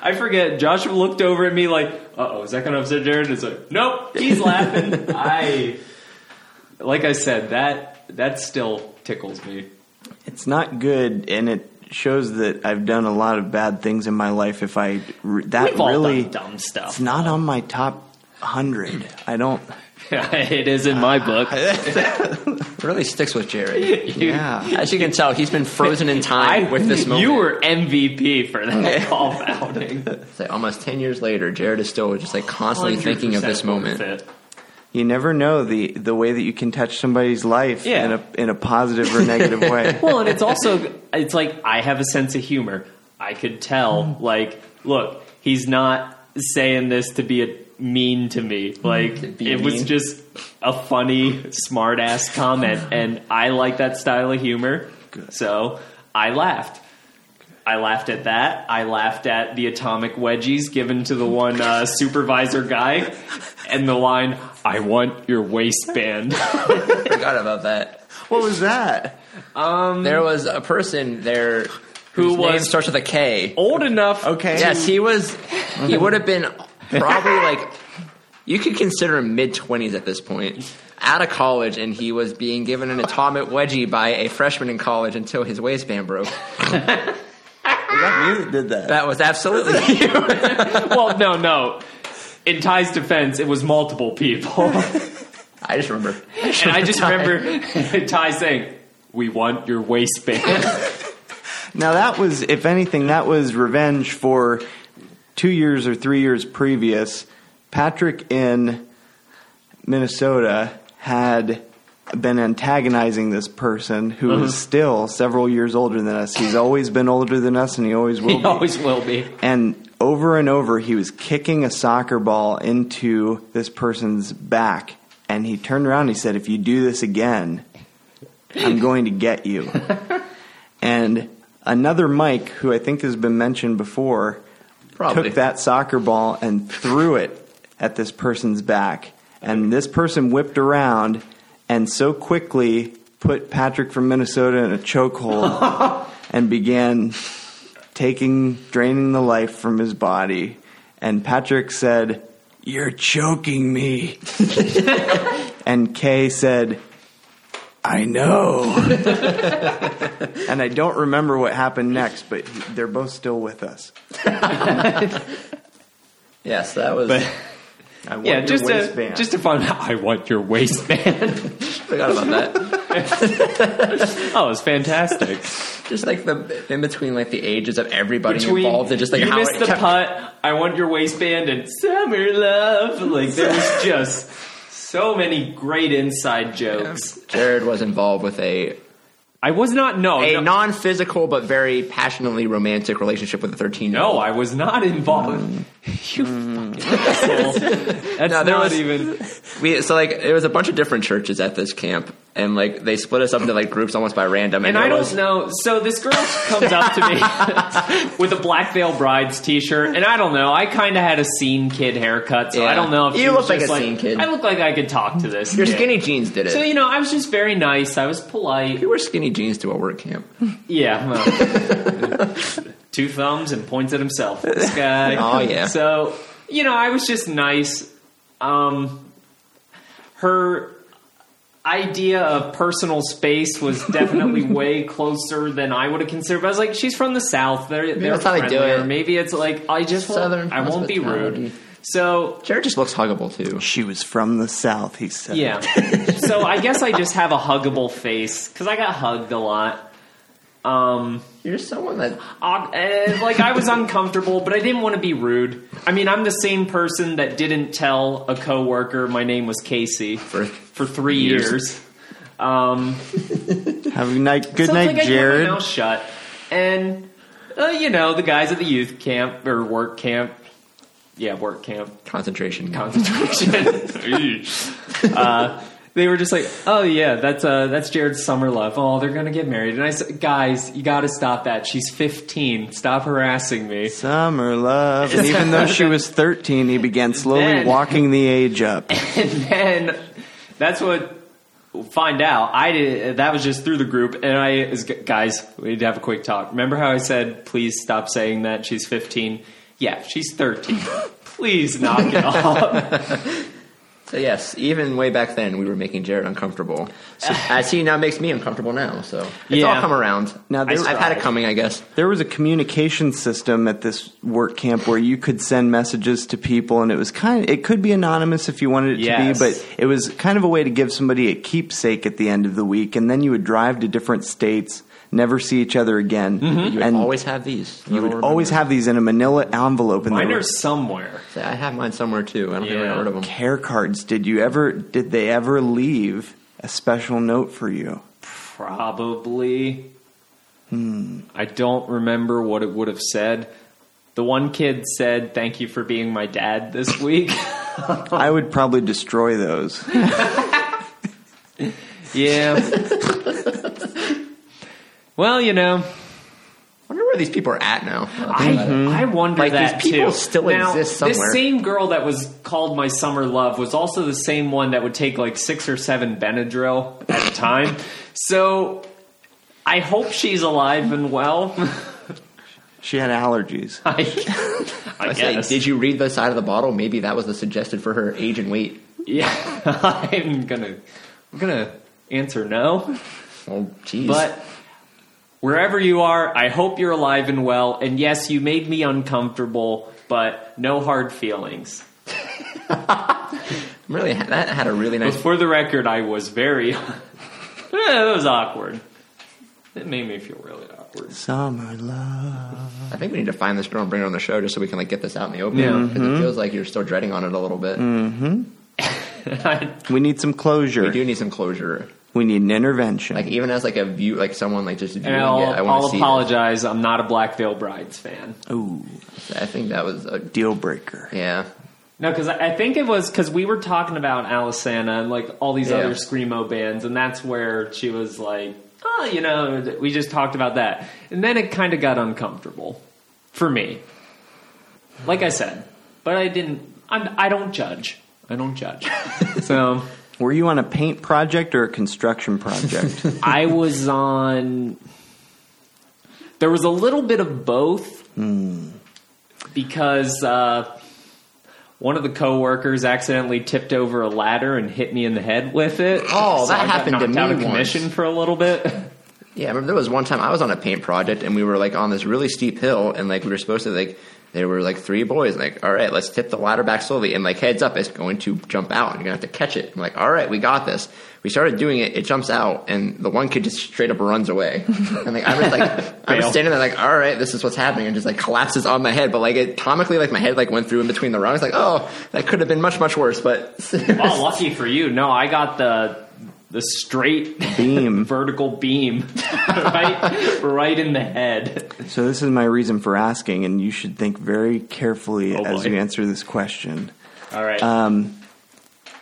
I forget. Joshua looked over at me like, "Uh oh, is that going to upset Jared?" It's like, "Nope, he's laughing." I like I said that that still tickles me. it's not good and it shows that I've done a lot of bad things in my life if I re- that We've all really done dumb it's stuff. not on my top 100 I don't it is in my book. It really sticks with Jared. You- yeah As you can tell, he's been frozen in time with this moment. You were MVP for that golf outing. It's like almost ten years later, Jared is still just like constantly thinking of this 100% worth moment. it. you never know the the way that you can touch somebody's life Yeah. in a in a positive or negative way well, and it's also it's like I have a sense of humor. I could tell, like, look, he's not saying this to be a mean to me. Like, be it was mean. just a funny, smart ass comment, and I like that style of humor, so I laughed. I laughed at that. I laughed at the atomic wedgies given to the one uh, supervisor guy, and the line, "I want your waistband." Forgot about that. What was that? There was a person there whose name Um, was- starts with a K. Old enough. Okay. Yes, he was. He would have been probably like you could consider him mid twenties at this point, out of college, and he was being given an atomic wedgie by a freshman in college until his waistband broke. that me that did that? That was absolutely you. Well, no, no. In Ty's defense, it was multiple people, and I just remember. I just remember Ty saying, "We want your waistband." Now that was, if anything, that was revenge for two years or three years previous. Patrick in Minnesota had been antagonizing this person who is still several years older than us. He's always been older than us, and he always will He be. always will be. And over and over, he was kicking a soccer ball into this person's back. And he turned around and he said, If you do this again, I'm going to get you. and another Mike, who I think has been mentioned before, Probably. took that soccer ball and threw it at this person's back. And this person whipped around and so quickly put Patrick from Minnesota in a chokehold and began taking, draining the life from his body. And Patrick said, You're choking me. and Kay said, I know. and I don't remember what happened next, but they're both still with us. Yes, that was. I want Yeah, your just a waistband. just a fun. I want your waistband. forgot about that. oh, it's fantastic. Just like the in between, like the ages of everybody Between involved, and just like you how missed it the kept- putt. I want your waistband and summer love. Like there was just so many great inside jokes. Jared was involved with a I was not. No, a no, non-physical but very passionately romantic relationship with a 13 year no, old. I was not involved. you fucking asshole. That's No, there not was- even. We so like it was a bunch of different churches at this camp, and like they split us up into like groups almost by random. And there I don't was- know. So this girl comes up to me with a Black Veil Brides T-shirt, and I don't know. I kind of had a scene kid haircut, so I Yeah. don't know if You she was look like just a scene kid. I look like I could talk to this. your kid. skinny jeans did it. So you know, I was just very nice. I was polite. you wear skinny jeans to a work camp. Yeah. well, two thumbs and points at himself. This guy. Oh, yeah. So you know, I was just nice. Um, her idea of personal space was definitely way closer than I would have considered. But I was like, she's from the South. They're, they're that's how they do friendlier. it. Maybe it's like I just Southern won't, I won't be rude. hospitality. So Jared just looks huggable too. She was from the South, he said. yeah. so I guess I just have a huggable face because I got hugged a lot. Um. You're someone that Uh, eh, like I was uncomfortable, but I didn't want to be rude. I mean, I'm the same person that didn't tell a coworker my name was Casey for, for three years. years. Um, Have a night. Good so it's night, like I kept Jared. my mouth shut, and uh, you know the guys at the youth camp or work camp, yeah, work camp concentration. concentration. uh, they were just like, "Oh yeah, that's uh, that's Jared's summer love. Oh, they're gonna get married." And I said, "Guys, you got to stop that. She's 15. Stop harassing me." Summer love. And even though she was 13, he began slowly Then- walking the age up. and then that's what find out i did that was just through the group and i is guys we need to have a quick talk remember how i said please stop saying that she's 15 yeah she's 13 please knock it off So yes, even way back then we were making Jared uncomfortable. So, as he now makes me uncomfortable now. So it's Yeah. all come around. Now Now there- I've had it coming, I guess. There was a communication system at this work camp where you could send messages to people, and it was kind of, it could be anonymous if you wanted it Yes. to be, but it was kind of a way to give somebody a keepsake at the end of the week, and then you would drive to different states, never see each other again, and Always have these. you would always have these in a manila envelope. And they mine were are somewhere I have mine somewhere too. I don't think I Yeah. got rid of them. care cards. Did you ever? Did they ever leave a special note for you? probably i don't remember what it would have said the one kid said thank you for being my dad this week I would probably destroy those. yeah well you know I wonder where these people are at now. I, I wonder Like, these that people too. still now, exist somewhere. This same girl that was called my summer love was also the same one that would take like six or seven Benadryl at a time. So I hope she's alive and well. She had allergies. I, I I say, guess. did you read the side of the bottle? Maybe that was the suggested for her age and weight. yeah, I'm gonna I'm gonna answer no. Oh, jeez. But wherever you are, I hope you're alive and well. And yes, you made me uncomfortable, but no hard feelings. really, that had a really nice. For the record, I was very. Eh, that was awkward. It made me feel really awkward. Summer love. I think we need to find this girl and bring her on the show just so we can like get this out in the open. Yeah. Mm-hmm. Mm. 'Cause it feels like you're still dreading on it a little bit. We need some closure. We We, do need some closure. need an intervention. Like even as like a view, like someone like just viewing And it. I'll, I want I'll to see. apologize. I'm not a Black Veil Brides fan. Ooh, this. I think that was a deal breaker. yeah. No, because I I think it was because we were talking about Alisana and like all these Yeah. other screamo bands, and that's where she was like, "Oh, you know, th- we just talked about that," and then it kind of got uncomfortable for me. Like I said, but I didn't. I'm, I don't judge. I don't judge. so Were you on a paint project or a construction project? I was on. There was a little bit of both because uh, one of the coworkers accidentally tipped over a ladder and hit me in the head with it. Oh, that I got happened to knocked me Out of once. commission for a little bit. Yeah, I remember there was one time I was on a paint project and we were like on this really steep hill and like we were supposed to like there were like three boys like all right let's tip the ladder back slowly and like heads up it's going to jump out and you're gonna have to catch it. I'm like all right we got this. We started doing it. It jumps out and the one kid just straight up runs away. And like I was like I was Fail. standing there like all right this is what's happening and just like collapses on my head. But like it comically like my head like went through in between the rungs like oh that could have been much much worse. But oh, lucky for you. No, I got the the straight Beam. vertical beam right right in the head. so this is my reason for asking, and you should think very carefully Oh, as boy. you answer this question. All right. Uh,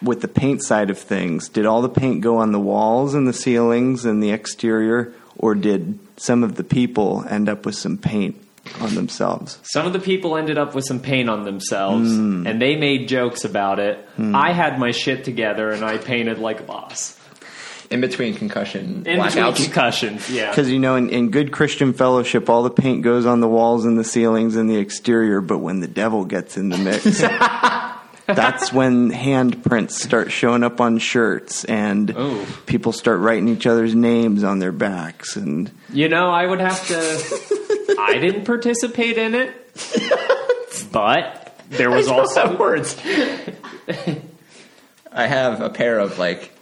With the paint side of things, did all the paint go on the walls and the ceilings and the exterior, or did some of the people end up with some paint on themselves? Some of the people ended up with some paint on themselves, Hmm. and they made jokes about it. I had my shit together, and I painted like a boss. in between concussion In between blackouts. concussions, yeah. Because you know, in, in good Christian fellowship, all the paint goes on the walls and the ceilings and the exterior, but when the devil gets in the mix, that's when handprints start showing up on shirts and Oh. people start writing each other's names on their backs. And You know, I would have to. I didn't participate in it, but there was also words. I have a pair of like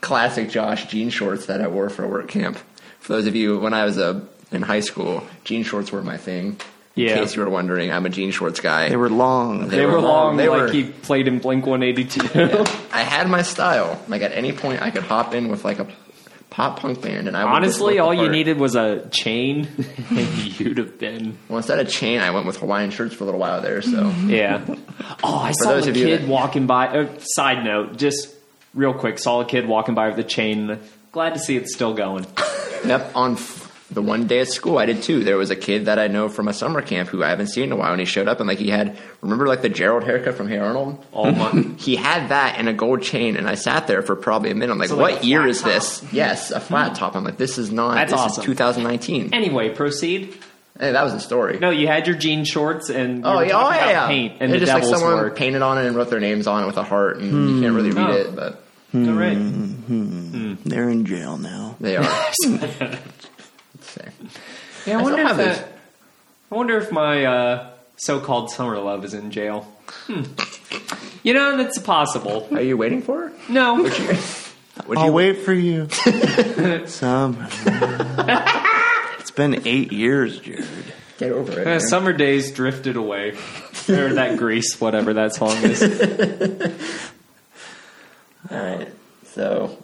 classic Josh jean shorts that I wore for work camp. For those of you, when I was a, in high school, jean shorts were my thing. Yeah. In case you were wondering, I'm a jean shorts guy. they were long. they were long. They like were- he played in Blink One Eighty Two. I had my style. Like at any point, I could hop in with like a pop punk band, and I would just look Honestly, the all you part. needed was a chain, and you'd have been. Well, instead of chain, I went with Hawaiian shirts for a little while there. So Yeah. Oh, I saw those a of you kid that- walking by. Uh, side note, just real quick, saw a kid walking by with a chain. Glad to see it's still going. Yep. On f- the one day at school, I did too. There was a kid that I know from a summer camp who I haven't seen in a while, and he showed up and like he had remember like the Gerald haircut from Hey Arnold. All my. He had that and a gold chain, and I sat there for probably a minute. I'm like, So, like, what a year flat Hmm. is this? Yes, a flat top. I'm like, this is not. That's this awesome. is 2019. Anyway, proceed. Hey, that was the story. No, you had your jean shorts and we oh were yeah, oh talking yeah, about yeah. paint and It the just like devil's someone work. painted on it and wrote their names on it with a heart, and you can't really read Oh. it, but All right. Hmm. They're in jail now. they are. So, Yeah, I I wonder still if have those. that, I wonder if my uh, so-called summer love is in jail. Hmm. You know, that's possible. Are you waiting for? her? No, Would I'll you wait for you. Some. it's been eight years, Jared. get over it? Uh, man? summer days drifted away. or that grease, whatever that song is. All right. So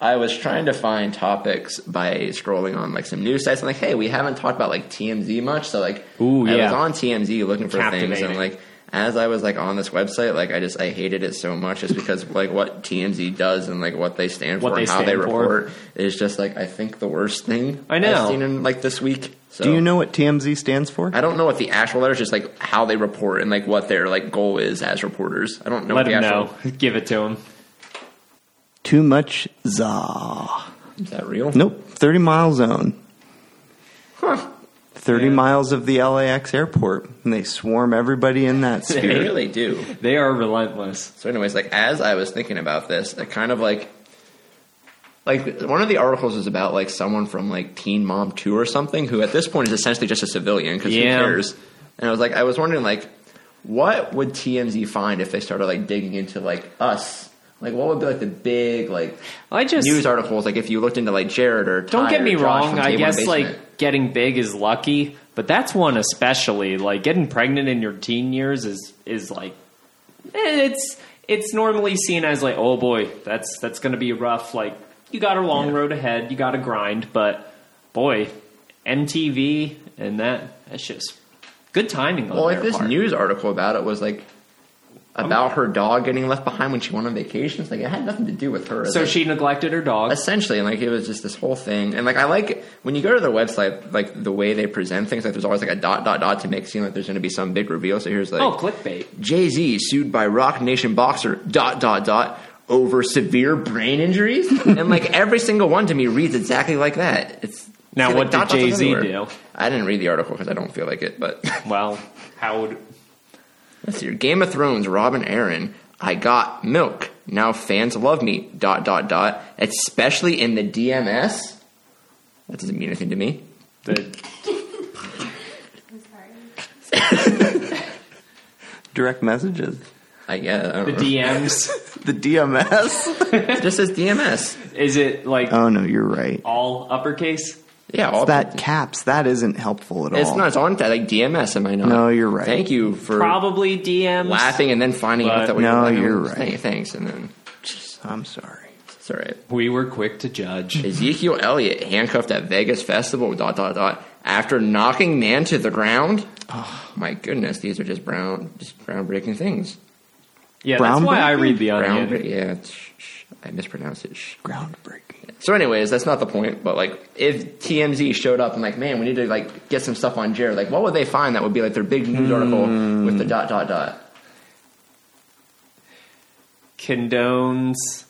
I was trying to find topics by scrolling on like some news sites. I'm like, hey, we haven't talked about like TMZ much, so like, Ooh, I yeah. was on TMZ looking for things, and Captivating. like, as I was like on this website, like I just I hated it so much just because like what TMZ does and like what they stand What for they and how they stand for. report is just like I think the worst thing I know. I've seen in like this week. So. Do you know what TMZ stands for? I don't know what the actual letters, just like how they report and like what their like goal is as reporters. I don't know. Let what the him actual, know. Give it to him. Too much za. Is that real? Nope. Thirty mile zone. Huh. Thirty miles of the LAX airport, and they swarm everybody in that They scooter. really do. They are relentless. So, anyways, like as I was thinking about this, I kind of like, like one of the articles was about like someone from like Teen Mom Two or something who at this point is essentially just a civilian because Yeah. who cares? And I was like, I was wondering like, what would TMZ find if they started like digging into like us? Like, what would be like the big like I just news articles? Like, if you looked into like Jared or don't Ty get or me Josh wrong. from I Table and guess Basement. like getting big is lucky, but that's one especially like getting pregnant in your teen years is is like eh, it's it's normally seen as like oh boy that's that's going to be rough. Like you got a long road ahead. You got to grind, but boy, MTV and that that's just good timing on Well, their if this part. news article about it was like about her dog getting left behind when she went on vacation, it's like it had nothing to do with her. so Like, she neglected her dog. essentially, and like it was just this whole thing. And like I like when you go to their website, like the way they present things. Like there's always like a dot dot dot to make it seem like there's going to be some big reveal. So here's like Oh, clickbait. Jay Z sued by Rock Nation boxer dot dot dot over severe brain injuries, and like every single one to me reads exactly like that. It's Now, see, what like, did dot, dot, dot's Jay-Z everywhere. do? I didn't read the article because I don't feel like it, but. Well, how would Let's see here. Game of Thrones, Robin Aaron. I got milk. Now fans love me. Dot dot dot. Especially in the DMS. That doesn't mean anything to me. the I'm sorry. Direct messages. I guess. I don't the know. DMs The DMS. it just says DMS. is it like oh no, you're right. all uppercase? Yeah, all That caps. That isn't helpful at all. It's not. It's on that like DMS. Am I not? No, you're right. Thank you for Probably DMs. laughing and then finding But- out that we No, were laughing. you're right. Thanks, and then I'm sorry. it's all right. We were quick to judge. Ezekiel Elliott handcuffed at Vegas festival. Dot dot dot. After knocking man to the ground. Oh my goodness, these are just brown, just groundbreaking things. Yeah, Brown that's why I breaking? read the Brown, onion. but yeah, it's- sh- sh- I mispronounced it. sh- Groundbreaking. So, anyways, that's not the point. But like, if TMZ showed up and like, man, we need to like get some stuff on Jared. Like, what would they find that would be like their big news article with the dot dot dot? Condones.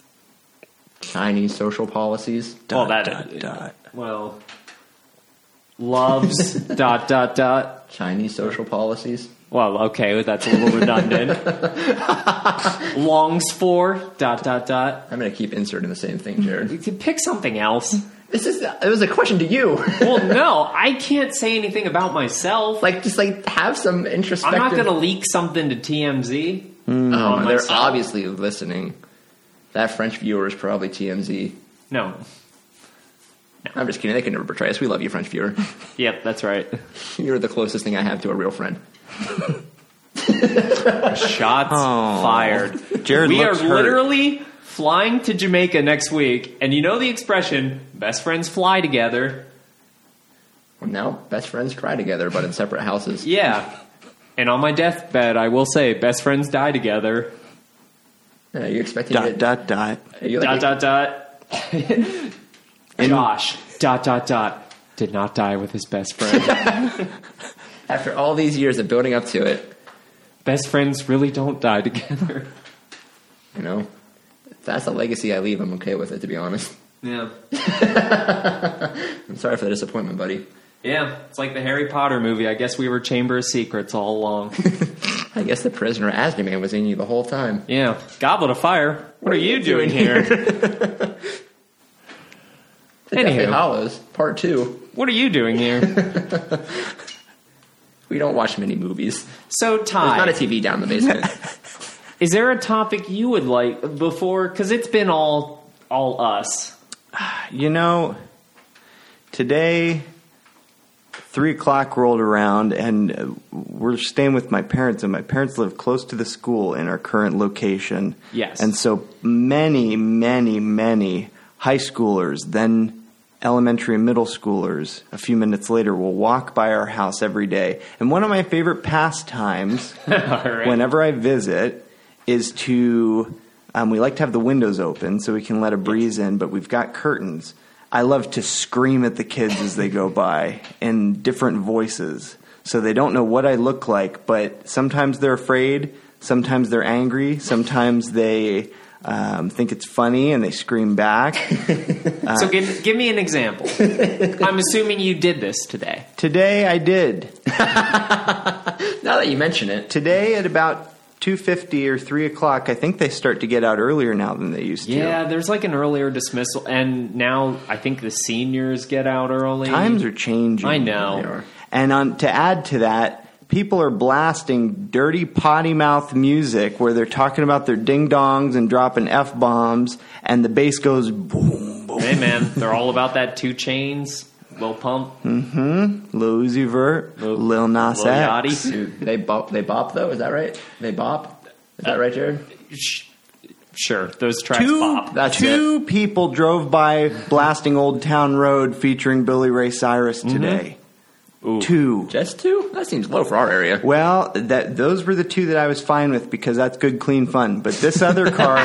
Chinese social policies. Well, that- dot, dot. Well, loves dot dot dot. Chinese social policies. Well, okay, that's a little redundant. Longs for dot dot dot. I'm gonna keep inserting the same thing, Jared. You could pick something else. this is it was a question to you. Well, no, I can't say anything about myself. like, just like have some introspective. I'm not going to leak something to TMZ. Um, on they're myself. obviously listening. That French viewer is probably TMZ. No. I'm just kidding. They can never betray us. We love you, French viewer. Yep, that's right. You're the closest thing I have to a real friend. Shots fired. Jared we are looks hurt. literally flying to Jamaica next week, and you know the expression best friends fly together. Well, now best friends cry together, but in separate houses. Yeah. And on my deathbed, I will say best friends die together. Are you expecting Dot it? dot dot. Are you Dot like, dot dot. Josh. Dot dot dot. Did not die with his best friend. After all these years of building up to it, best friends really don't die together. you know, if that's the legacy I leave. I'm okay with it, to be honest. Yeah. I'm sorry for the disappointment, buddy. Yeah. It's like the Harry Potter movie. I guess we were Chamber of Secrets all along. I guess the prisoner Ashley man was in you the whole time. Yeah. Goblet of Fire. What are you doing here? Deathly Anywho, Hollows Part Two. what are you doing here? We don't watch many movies. So, There's Ty, not a TV down in the basement. is there a topic you would like before? Because it's been all all us. You know, today, three o'clock rolled around, and uh, we're staying with my parents, and my parents live close to the school in our current location. Yes. And so many, many, many high schoolers then elementary and middle schoolers a few minutes later will walk by our house every day. And one of my favorite pastimes whenever I visit is to um, we like to have the windows open so we can let a breeze in, but we've got curtains. I love to scream at the kids as they go by in different voices. So they don't know what I look like, but sometimes they're afraid, sometimes they're angry, sometimes they um, think it's funny and they scream back. so give, give me an example. I'm assuming you did this today. Today I did. Now that you mention it, Today at about two fifty or three o'clock, I think they start to get out earlier now than they used Yeah, to. there's like an earlier dismissal, and now I think the seniors get out early. Times are changing. I know. They are. And on, to add to that, people are blasting dirty potty mouth music where they're talking about their ding dongs and dropping f bombs, and the bass goes boom, boom. Hey man, they're all about that two chains, Lil Pump, hmm, Lil Uzi Vert, Lil- Mm-hmm. Lil Nas Lil X. Yachty. dude, they bop. They bop though. Is that right? They bop. Is that right, Jared? Sh- Sure, those tracks Two, pop. That's two people drove by blasting Old Town Road featuring Billy Ray Cyrus today. Mm-hmm. Two. Just two? That seems low for our area. Well, that those were the two that I was fine with because that's good, clean fun. But this other car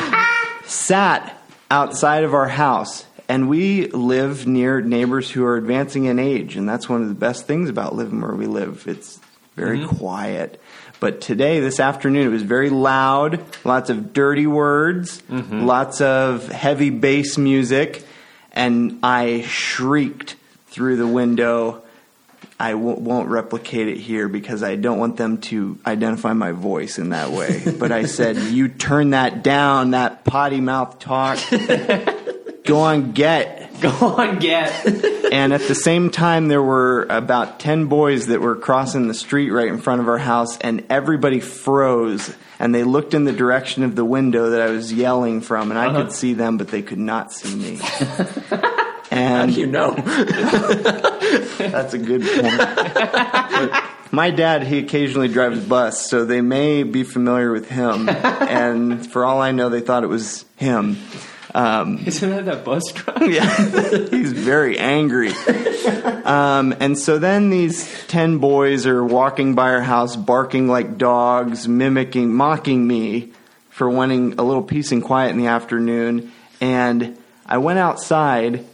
sat outside of our house, and we live near neighbors who are advancing in age, and that's one of the best things about living where we live. It's very quiet. But today, this afternoon, it was very loud, lots of dirty words, lots of heavy bass music, and I shrieked through the window. I w- won't replicate it here because I don't want them to identify my voice in that way. but I said, "You turn that down, that potty mouth talk. Go on, get." Go on, get. And at the same time, there were about ten boys that were crossing the street right in front of our house, and everybody froze. And they looked in the direction of the window that I was yelling from, and I could see them, but they could not see me. and You know. That's a good point. My dad, he occasionally drives bus, so they may be familiar with him. And for all I know, they thought it was him. Um, Isn't that that bus truck? yeah, he's very angry. Um, and so then these 10 boys are walking by our house, barking like dogs, mimicking, mocking me for wanting a little peace and quiet in the afternoon. And I went outside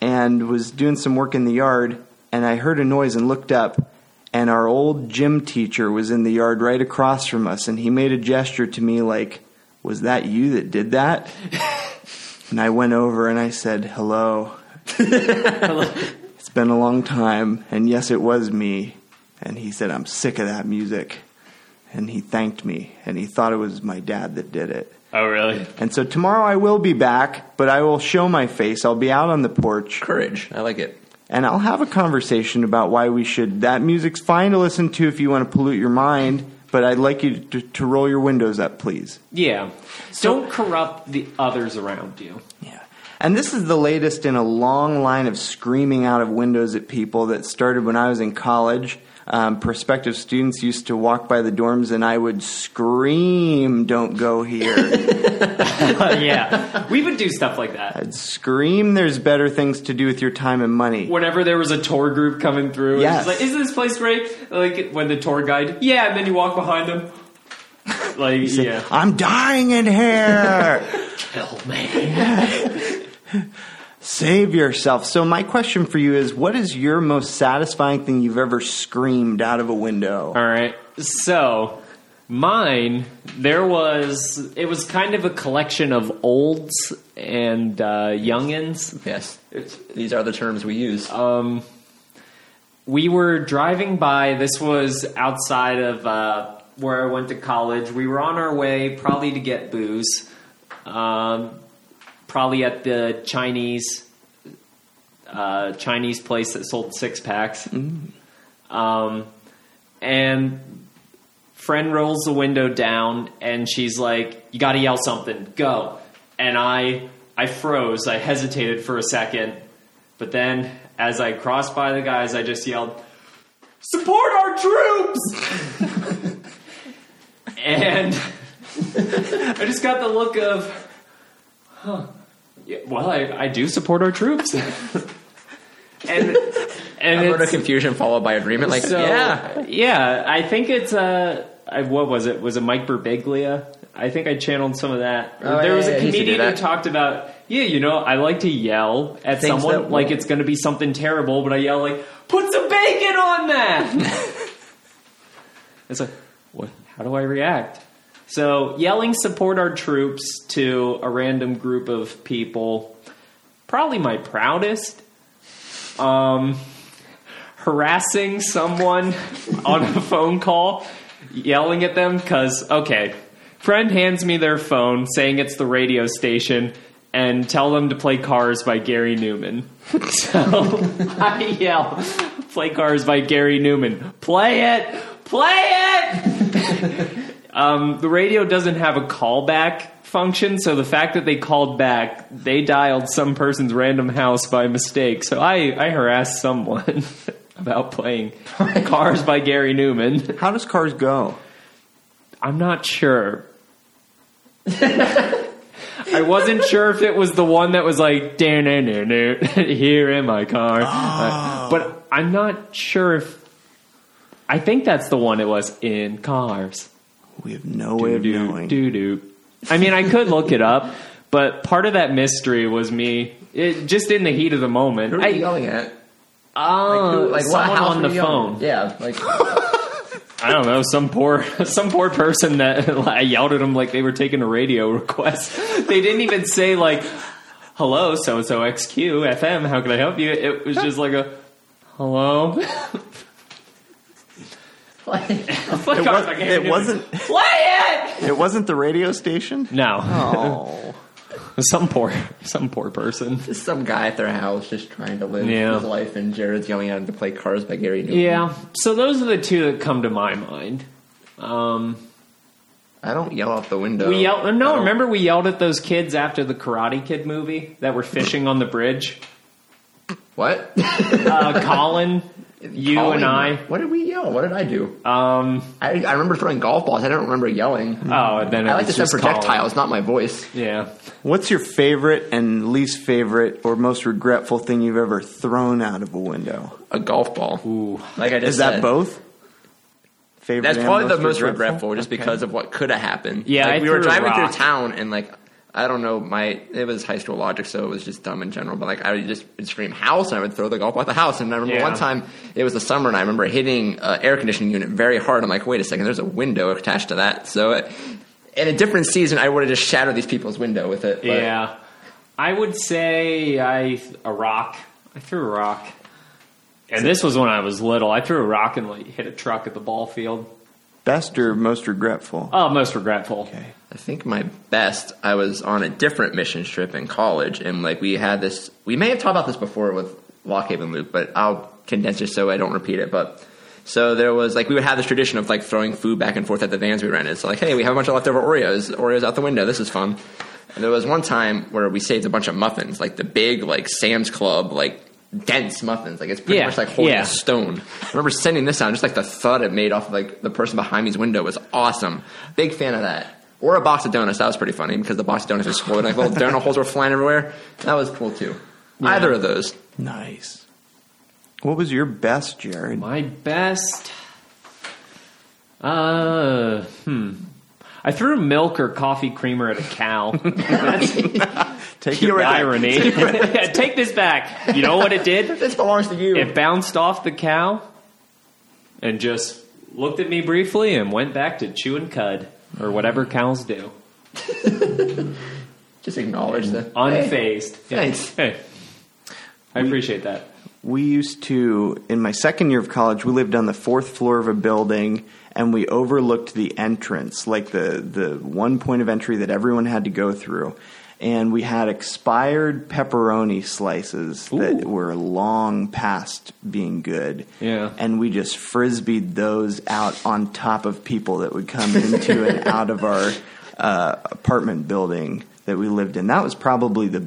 and was doing some work in the yard, and I heard a noise and looked up. And our old gym teacher was in the yard right across from us, and he made a gesture to me like, Was that you that did that? and I went over and I said, Hello. It's been a long time, and yes, it was me. And he said, I'm sick of that music. And he thanked me, and he thought it was my dad that did it. Oh, really? And so tomorrow I will be back, but I will show my face. I'll be out on the porch, Courage. I like it. and I'll have a conversation about why we should. That music's fine to listen to if you want to pollute your mind, but I'd like you to, to roll your windows up, please. Yeah. Don't corrupt the others around you. Yeah. And this is the latest in a long line of screaming out of windows at people that started when I was in college. Um, prospective students used to walk by the dorms and I would scream, Don't go here. yeah, we would do stuff like that. I'd scream, There's better things to do with your time and money. Whenever there was a tour group coming through, it was Yes. just like, isn't this place great? Like when the tour guide, yeah, and then you walk behind them. Like, yeah. I'm dying in here. Oh, man. Save yourself. So, my question for you is what is your most satisfying thing you've ever screamed out of a window? All right. So, mine, there was, it was kind of a collection of olds and uh, youngins. Yes. These are the terms we use. Um, we were driving by. This was outside of uh, where I went to college. We were on our way, probably to get booze, um, probably at the Chinese uh, Chinese place that sold six packs. Um, and friend rolls the window down, and she's like, "You got to yell something, go!" And I I froze. I hesitated for a second, but then as I crossed by the guys, I just yelled, "Support our troops!" and I just got the look of, huh, yeah, well, I, I do support our troops. and and I wrote a it's- confusion followed by agreement. Like, so yeah, yeah, I think it's uh, I, what was it? Was it Mike Birbiglia? I think I channeled some of that. Oh, there yeah, was yeah, a he used to do comedian who that. talked about, yeah, you know, I like to yell at Things someone that like won't- it's going to be something terrible, but I yell like, "Put some bacon on that." it's like, what? How do I react? So yelling support our troops to a random group of people, probably my proudest. Um harassing someone on a phone call, yelling at them because, okay, friend hands me their phone saying it's the radio station and tell them to play Cars by Gary Newman. so I yell, play Cars by Gary Newman. Play it! Play it! um, the radio doesn't have a callback function so the fact that they called back they dialed some person's random house by mistake so i i harassed someone about playing cars by gary newman How does cars go? i'm not sure i wasn't sure if it was the one that was like "Da-na-na-na, here in my car Uh, but i'm not sure if i think that's the one it was in cars We have no way of knowing. Doo doo. I mean, I could look it up, but part of that mystery was me. It, just in the heat of the moment, who are you I, yelling at? uh, Who- what someone house on were the you yelling phone. at? Yeah, like I don't know, some poor, some poor person that I yelled at them like they were taking a radio request. They didn't even say like, "Hello, so and so XQ FM, how can I help you?" It was just like a, "Hello." It, was, it wasn't. Play it. It wasn't the radio station. No, Oh, some poor, some poor person. just some guy at their house just trying to live Yeah. his life, and Jared's yelling at him to play Cars by Gary Newman. Yeah. So those are the two that come to my mind. Um, I don't yell out the window. we yelled. No, I don't- remember we yelled at those kids after the Karate Kid movie that were fishing on the bridge. what? Uh, Colin, you Calling? and I. What did we yell? What did I do? Um, I, I remember throwing golf balls. I don't remember yelling. oh, and then it I like was to send just Colin. projectiles, not my voice. Yeah. what's your favorite and least favorite or most regretful thing you've ever thrown out of a window? A golf ball. Ooh. Like I just Is that said. both? Favorite. That's and probably the most regretful, just because of what could have happened. Yeah, Like, I we were threw a driving through rock. town, and like I don't know, my it was high school logic, so it was just dumb in general. But like I would just would scream house, and I would throw the golf ball at the house. And I remember Yeah. one time it was the summer, and I remember hitting uh, air conditioning unit very hard. I'm like, wait a second, there's a window attached to that. So it, in a different season, I would have just shattered these people's window with it. But yeah. I would say I a rock. I threw a rock. And this was when I was little. I threw a rock and like hit a truck at the ball field. Best or most regretful? Oh, most regretful. okay. I think my best, I was on a different mission trip in college, and like we had this, we may have talked about this before with Lockhaven Luke, but I'll condense it so I don't repeat it. But so there was like, we would have this tradition of like throwing food back and forth at the vans we rented. So, like, hey, we have a bunch of leftover Oreos, Oreos out the window, this is fun. And there was one time where we saved a bunch of muffins, like the big, like Sam's Club, like dense muffins. Like it's pretty Yeah, much like holding yeah. a stone. I remember sending this out, just like the thud it made off of like the person behind me's window was awesome. Big fan of that. Or a box of donuts. That was pretty funny because the box of donuts was exploding. Like little donut holes were flying everywhere. That was cool too. Either of those. Nice. What was your best, Jared? My best. Uh, hmm. I threw milk or coffee creamer at a cow. That's Take pure it back. irony. Yeah, Take this back. You know what it did? This belongs to you. It bounced off the cow and just looked at me briefly and went back to chew and cud or whatever cows do. just acknowledge that. Unfazed. Thanks. Hey, I appreciate that. We used to, in my second year of college, we lived on the fourth floor of a building and we overlooked the entrance, like the, the one point of entry that everyone had to go through. And we had expired pepperoni slices that Ooh. were long past being good. Yeah. And we just frisbeed those out on top of people that would come into and out of our uh, apartment building that we lived in. That was probably the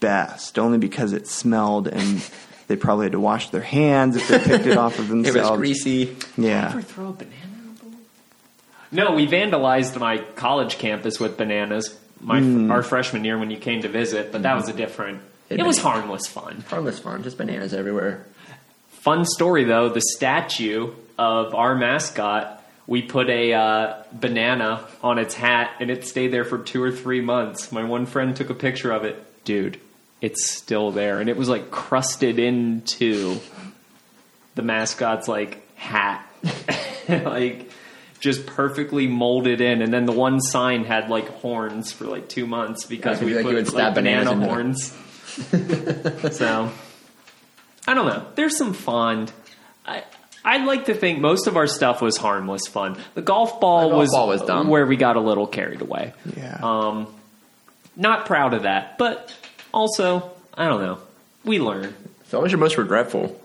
best, only because it smelled and they probably had to wash their hands if they picked it off of It themselves. was greasy. Yeah. throw a banana No, we vandalized my college campus with bananas. My our freshman year when you came to visit, but that was a different It'd It was been- harmless fun. harmless fun, just bananas everywhere. Fun story though, the statue of our mascot, we put a uh, banana on its hat and it stayed there for two or three months. My one friend took a picture of it. Dude, it's still there. And it was like crusted into the mascot's like hat. like just perfectly molded in and then the one sign had like horns for like two months because Yeah, we like put you would like, stab bananas banana into it. horns. So I don't know. There's some fond. I I'd like to think most of our stuff was harmless fun. The golf ball, The golf was, ball was dumb. where we got a little carried away. Yeah. Um, not proud of that, but also I don't know. We learn. So, what was your most regretful?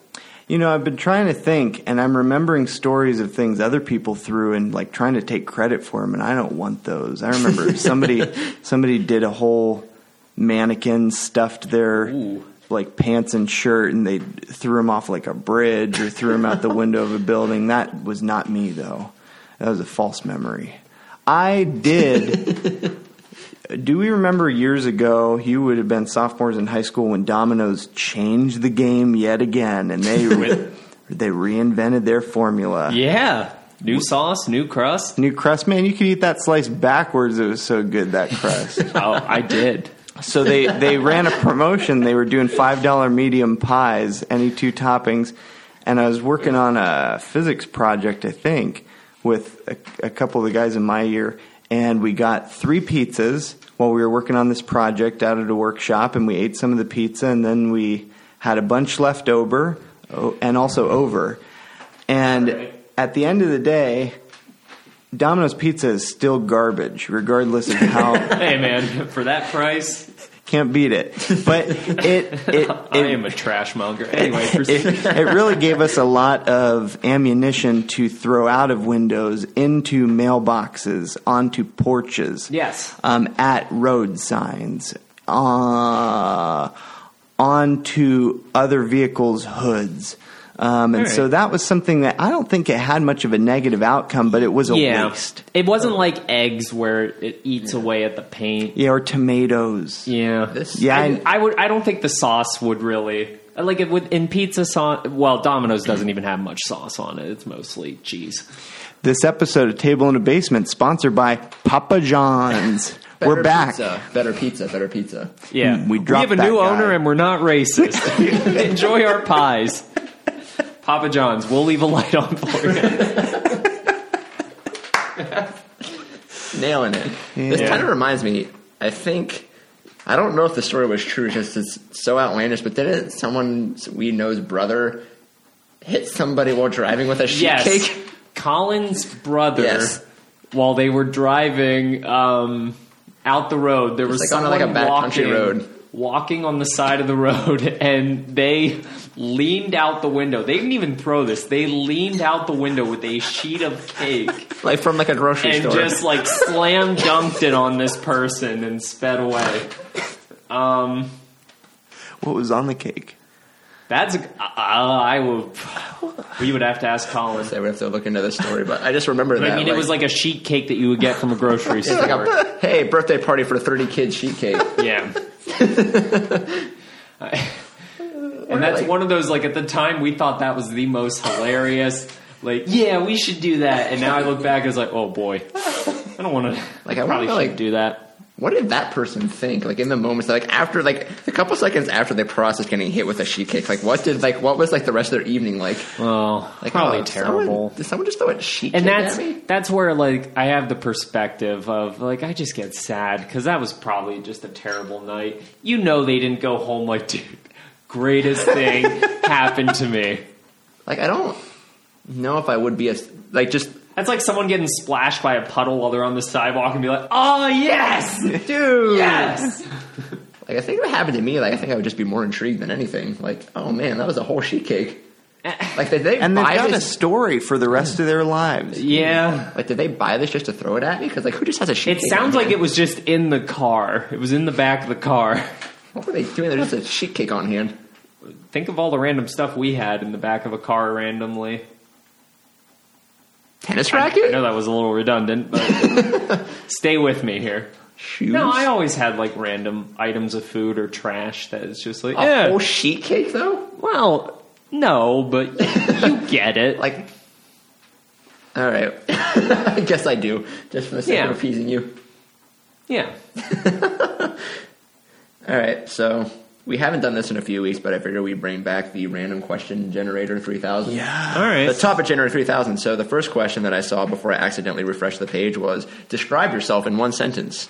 You know, I've been trying to think, and I'm remembering stories of things other people threw, and like trying to take credit for them, and I don't want those. I remember somebody somebody did a whole mannequin stuffed their Ooh. like pants and shirt, and they threw them off like a bridge or threw them out the window of a building. That was not me though. That was a false memory. I did. Do we remember years ago? You would have been sophomores in high school when Domino's changed the game yet again, and they they reinvented their formula. Yeah, new sauce, new crust. New crust, man, you could eat that slice backwards. It was so good that crust. Oh, I did. so they they ran a promotion. They were doing five dollar medium pies, any two toppings, and I was working on a physics project, I think, with a, a couple of the guys in my year, and we got three pizzas while we were working on this project out at a workshop, and we ate some of the pizza, and then we had a bunch left over, o- and also over, and at the end of the day. Domino's pizza is still garbage, regardless of how Hey man, for that price, can't beat it. But it it it, I am a trash monger. Anyway, for it, it really gave us a lot of ammunition to throw out of windows into mailboxes, onto porches. Yes. Um, at road signs. Uh, onto other vehicles' hoods. Um, and All so right. that was something that I don't think it had much of a negative outcome, but it was a yeah, waste. it wasn't like eggs where it eats away at the paint. Yeah, or tomatoes. Yeah. This- Yeah, I, and- I would. I don't think the sauce would really like it would in pizza sauce. Well, Domino's doesn't even have much sauce on it. It's mostly cheese. This episode of Table in a Basement, sponsored by Papa John's. we're Better back. Pizza, better pizza. Better pizza. Yeah, Mm, we dropped have a that new guy. owner, and we're not racist. Enjoy our pies, Papa John's. We'll leave a light on for you. Nailing it. This Yeah. kind of reminds me. I think I don't know if the story was true because it's so outlandish. But didn't someone we know's brother hit somebody while driving with a sheet Yes, cake? Colin's brother. Yes. While they were driving um, out the road, there was like on, someone like, a back country walking- road. walking on the side of the road and they leaned out the window. They didn't even throw this. They leaned out the window with a sheet of cake Like from like a grocery and store. just like slam dunked it on this person and sped away. Um, What was on the cake? that's uh, I will. We would have to ask Colin. I would have to look into the story, but I just remember But that. I mean, it was like a sheet cake that you would get from a grocery It's store. like a, hey, birthday party for 30 kids sheet cake. Yeah. and that's like- one of those like at the time we thought that was the most hilarious. Like, yeah, we should do that. And now I look back and it's like, oh boy, I don't want to. Like, Like, I I wonder, probably should like- like, do that. What did that person think? Like in the moments, like after, like a couple seconds after they process getting hit with a sheet cake, like what did, like what was like the rest of their evening like? Oh, Like probably oh, someone- terrible. did someone just throw a sheet and cake that's at me? that's where like I have the perspective of like I just get sad because that was probably just a terrible night. You know, they didn't go home like, dude, greatest thing happened to me. Like I don't know if I would be as like just That's like someone getting splashed by a puddle while they're on the sidewalk and be like, "Oh yes, dude, yes." like I think if it happened to me, like I think I would just be more intrigued than anything. Like oh man, that was a whole sheet cake. Like did they And they've buy got a this? story for the rest of their lives. Yeah, Like did they buy this just to throw it at me? Because like who just has a sheet? it cake sounds on like hand? it was just in the car. It was in the back of the car. What were they doing? There's just a sheet cake on hand. Think of all the random stuff we had in the back of a car randomly. Tennis I racket? know that was a little redundant, but stay with me here. Shoes? No, I always had like random items of food or trash that is just like, a yeah. whole sheet cake though. well, no, but you get it. Like, all right, I guess I do. Just for the sake Yeah. of appeasing you. yeah. All right, so we haven't done this in a few weeks, but I figure we bring back the random question generator three thousand. Yeah. All right. The topic generator 3000. So the first question that I saw before I accidentally refreshed the page was describe yourself in one sentence.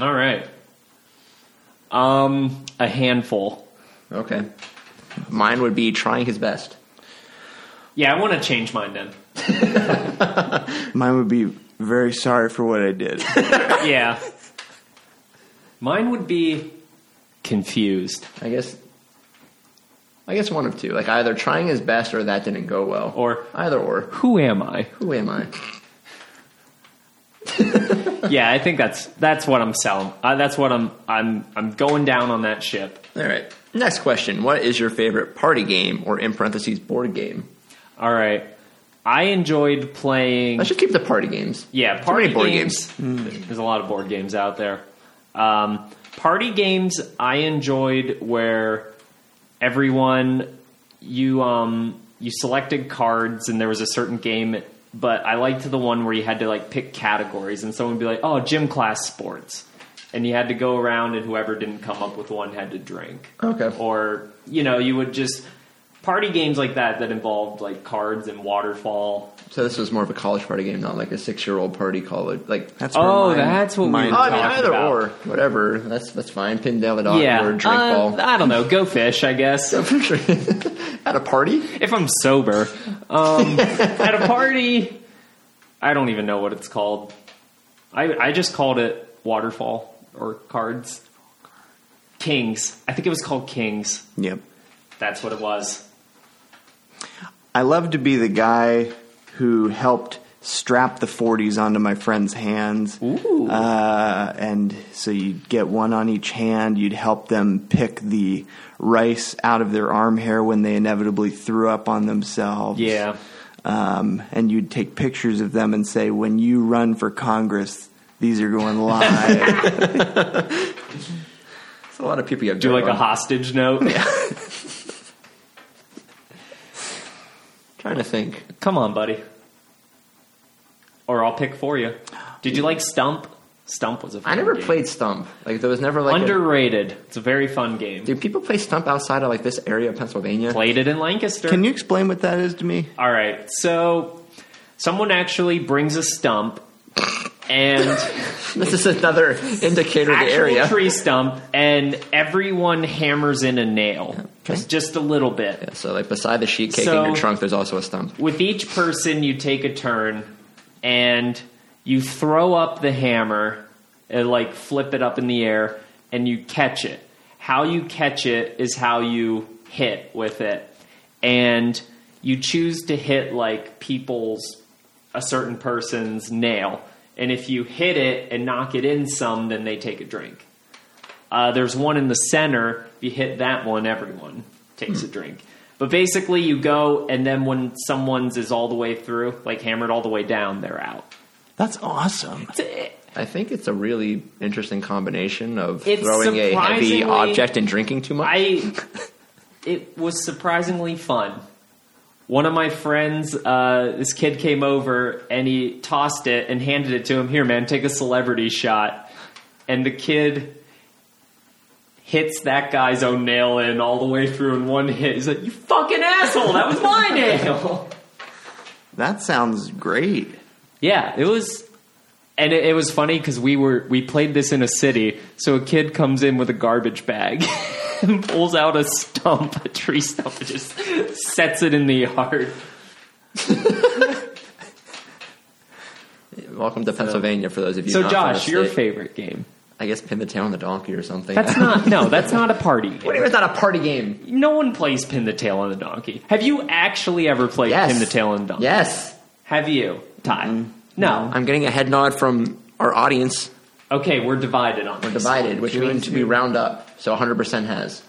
All right. Um, a handful. Okay. Mine would be trying his best. Yeah, I want to change mine then. Mine would be very sorry for what I did. Yeah. mine would be confused I guess. I guess one of two. Like either trying his best or that didn't go well. or Either or. who am I? Who am I? Yeah, I think that's that's what I'm selling. Uh, that's what I'm I'm I'm going down on that ship. All right. Next question. What is your favorite party game or in parentheses board game? All right. I enjoyed playing Let's just keep the party games. Yeah, many party board games. Mm. There's a lot of board games out there. Um, party games I enjoyed where everyone you um, you selected cards and there was a certain game, but I liked the one where you had to like pick categories and someone would be like, "Oh, gym class sports," and you had to go around and whoever didn't come up with one had to drink. Okay. Or you know you would just party games like that that involved like cards and waterfall So this was more of a college party game, not like a six-year-old party college. Like That's Oh, where mine- that's what we mine- were I mean, talking either about. or, whatever. That's that's fine. Pin down the dog or drink uh, ball. I don't know. Go fish, I guess. At a party, if I'm sober, um, at a party, I don't even know what it's called. I I just called it waterfall or cards. Kings. I think it was called Kings. Yep. That's what it was. I love to be the guy who helped strap the 40s onto my friend's hands. Ooh. Uh, and so you'd get one on each hand. You'd help them pick the rice out of their arm hair when they inevitably threw up on themselves. Yeah. Um, and you'd take pictures of them and say, when you run for Congress, these are going live. it's a lot of people you have. Do like dirt a on. hostage note. Trying to think. Come on, buddy. Or I'll pick for you. Did you like Stump? Stump was a fun I never game. played stump. Like there was never like. a, Underrated. It's a very fun game. do people play stump outside of like this area of Pennsylvania? Played it in Lancaster. Can you explain what that is to me? All right. So someone actually brings a stump and This is another indicator of the actual area. tree stump, and everyone hammers in a nail, just just a little bit. So like beside the sheet cake So- in your trunk, there's also a stump. With each person, you take a turn, and you throw up the hammer, and like flip it up in the air, and you catch it. How you catch it is how you hit with it, and you choose to hit like people's a certain person's nail. And if you hit it and knock it in some, then they take a drink. Uh, there's one in the center. If you hit that one, everyone takes a drink. But basically, you go, and then when someone's is all the way through, like hammered all the way down, they're out. That's awesome. I think it's a really interesting combination of It's throwing a heavy surprisingly- object and drinking too much. I. It was surprisingly fun. One of my friends, uh, this kid came over and he tossed it and handed it to him. Here, man, take a celebrity shot. And the kid hits that guy's own nail in all the way through in one hit. He's like, "You fucking asshole! That was my nail." That sounds great. Yeah, it was, and it, it was funny because we were we played this in a city. So a kid comes in with a garbage bag and pulls out a stump, a tree stump, and just sets it in the yard. Welcome to Pennsylvania for those of you. So not from the Josh, your state. favorite game? I guess pin the tail on the donkey or something. That's not no, that's not a party. game. What do you mean it's not a party game? No one plays pin the tail on the donkey. Have you actually ever played Yes. pin the tail on the donkey? Yes. Mm-hmm. Have you, Ty? No. I'm getting a head nod from our audience. Okay, we're divided on. We're this. divided, which means we round up. So 100% has.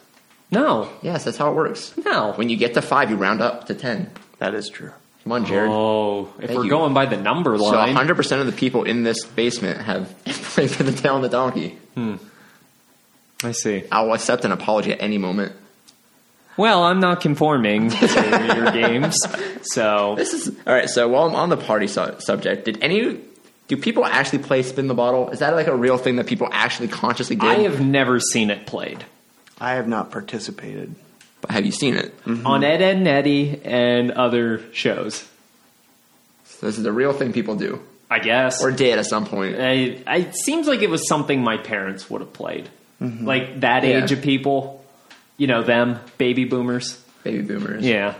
No, Yes, that's how it works. no. When you get to five, you round up to 10. That is true. Come on, Jared. Oh, if Thank we're you. going by the number so line, 100 percent of the people in this basement have played for the tail and the donkey. I see. I'll accept an apology at any moment. Well, I'm not conforming to your games, so This is all right. So while I'm on the party su- subject, did any do people actually play spin the bottle? Is that like a real thing that people actually consciously did? I have never seen it played I have not participated. But have you seen it? on Ed, Ed and Eddie and other shows. So this is a real thing people do I guess or did at some point. I, I, it seems like it was something my parents would have played. Like that Mm-hmm. Yeah. age of people, you know, them, baby boomers. Baby boomers. Yeah.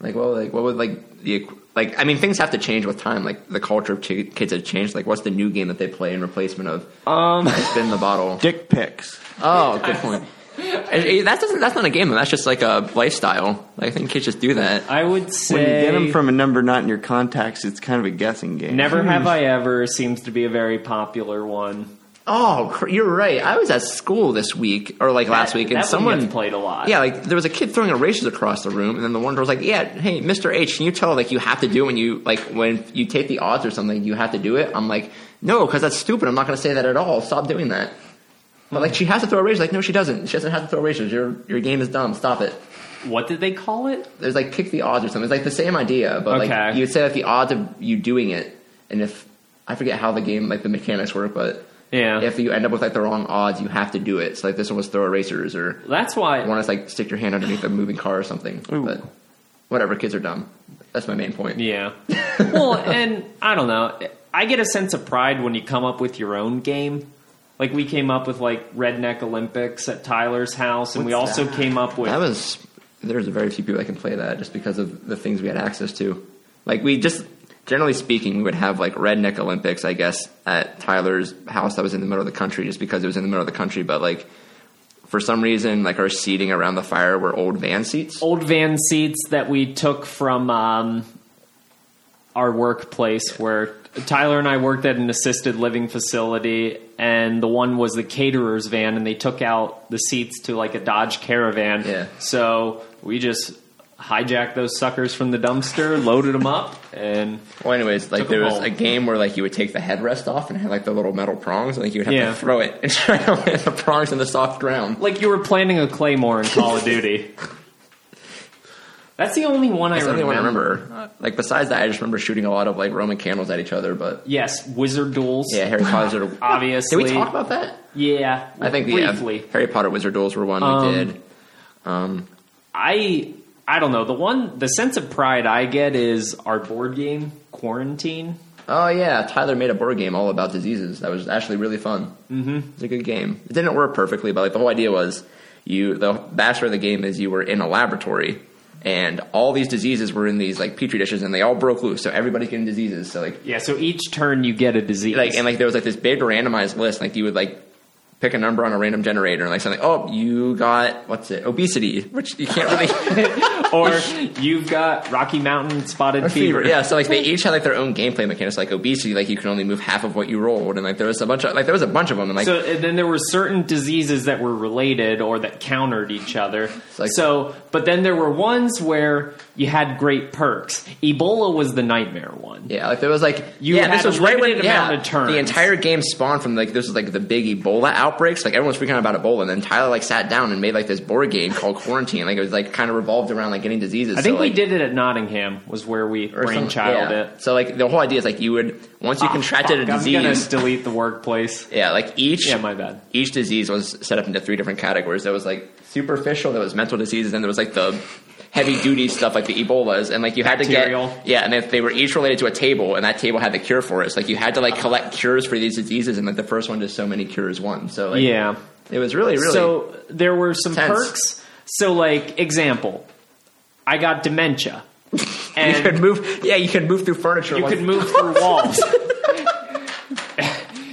Like well, like what would like the equ- like I mean things have to change with time. Like the culture of chi- kids have changed. Like what's the new game that they play in replacement of Um, spin the bottle? Dick pics. Oh, good point. Eh, eh, That doesn't, that's not a game. though. That's just like a lifestyle. Like, I think kids just do that. I would When say you get them from a number not in your contacts, it's kind of a guessing game. Never Hmm. Have I Ever seems to be a very popular one. Oh, cr- you're right. I was at school this week or like last That- week, and that one someone gets played a lot. Yeah, like there was a kid throwing erasers across the room, and then the one girl was like, "Yeah, hey, Mr. H, can you tell like you have to do it when you like when you take the odds or something, you have to do it?" I'm like, "No, because that's stupid. I'm not going to say that at all. Stop doing that." But like she has to throw erasers. Like no, she doesn't. She doesn't have to throw erasers. Your your game is dumb. Stop it. What did they call it? There's like pick the odds or something. It's like the same idea, but like Okay. you would say like the odds of you doing it, and if I forget how the game like the mechanics work, but Yeah. if you end up with like the wrong odds, you have to do it. So like this one was throw erasers, or That's why one is like stick your hand underneath a moving car or something. But whatever, kids are dumb. That's my main point. Yeah. well, and I don't know. I get a sense of pride when you come up with your own game. Like we came up with like Redneck Olympics at Tyler's house, and we also came up with That was there's very few people that can play that just because of the things we had access to. Like we just generally speaking, we would have like redneck Olympics, I guess, at Tyler's house that was in the middle of the country, just because it was in the middle of the country. But like for some reason, like our seating around the fire were old van seats. old van seats that we took from um, our workplace where Tyler and I worked at an assisted living facility, and the one was the caterer's van, and they took out the seats to like a Dodge Caravan. Yeah. So we just hijacked those suckers from the dumpster, loaded them up, and Well, anyways, like Took there them was home. a game where like you would take the headrest off and had like the little metal prongs, and like you would have Yeah. to throw it and try to land the prongs in the soft ground. like you were planning a claymore in Call of Duty. That's the only one That's the I only remember. one I remember. Like besides that, I just remember shooting a lot of like Roman candles at each other. But Yes, Wizard Duels. yeah, Harry Potter. Did Obviously. we talk about that? Yeah. I think uh, we have briefly. Harry Potter Wizard Duels were one Um, we did. I I don't know. The one the sense of pride I get is our board game quarantine. Oh yeah, Tyler made a board game all about diseases. That was actually really fun. Mm-hmm. It's a good game. It didn't work perfectly, but like the whole idea was you. The bachelor of the game is you were in a laboratory, and all these diseases were in these like petri dishes, and they all broke loose. So everybody's getting diseases. So like Yeah, so each turn you get a disease. like and like there was like this big randomized list like you would like pick a number on a random generator and like something oh you got what's it obesity which you can't really or you've got Rocky Mountain spotted fever. fever yeah so like they each had like their own gameplay mechanics like obesity like you can only move half of what you rolled and like there was a bunch of like there was a bunch of them and like So and then there were certain diseases that were related or that countered each other. like- so but then there were ones where you had great perks. Ebola was the nightmare one. yeah like there was like You yeah had this a was right when limited yeah, amount of turns. the entire game spawned from like this was like the big Ebola outbreaks like everyone's freaking out about Ebola and then Tyler like sat down and made like this board game called Quarantine like it was like kind of revolved around like getting diseases I think so, like, we did it at Nottingham was where we or some- brainchild yeah. it. So like the whole idea is like you would once you contracted Fuck, a I'm gonna disease, delete the workplace. yeah, like each Yeah, my bad. each disease was set up into three different categories. There was like superficial, there was mental diseases, and there was like the heavy duty stuff like the Ebolas, and like you had to Bacterial. get yeah, and if they were each related to a table, and that table had the cure for it. So like you had to like collect cures for these diseases, and like the first one just so many cures won. So like, Yeah. it was really really So there were some Tense. perks. So, like example, I got dementia, you and could move yeah you could move through furniture. you once- could move through walls.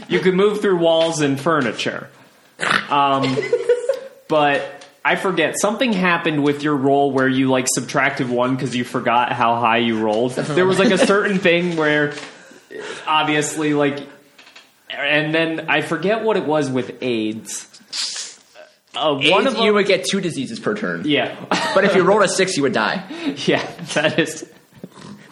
you could move through walls and furniture. Um, but I forget something happened with your roll where you like subtracted one because you forgot how high you rolled. There was like a certain thing where obviously like, and then I forget what it was with AIDS. Uh, one And of them, you would get two diseases per turn. yeah. But if you rolled a six, you would die. Yeah, that is.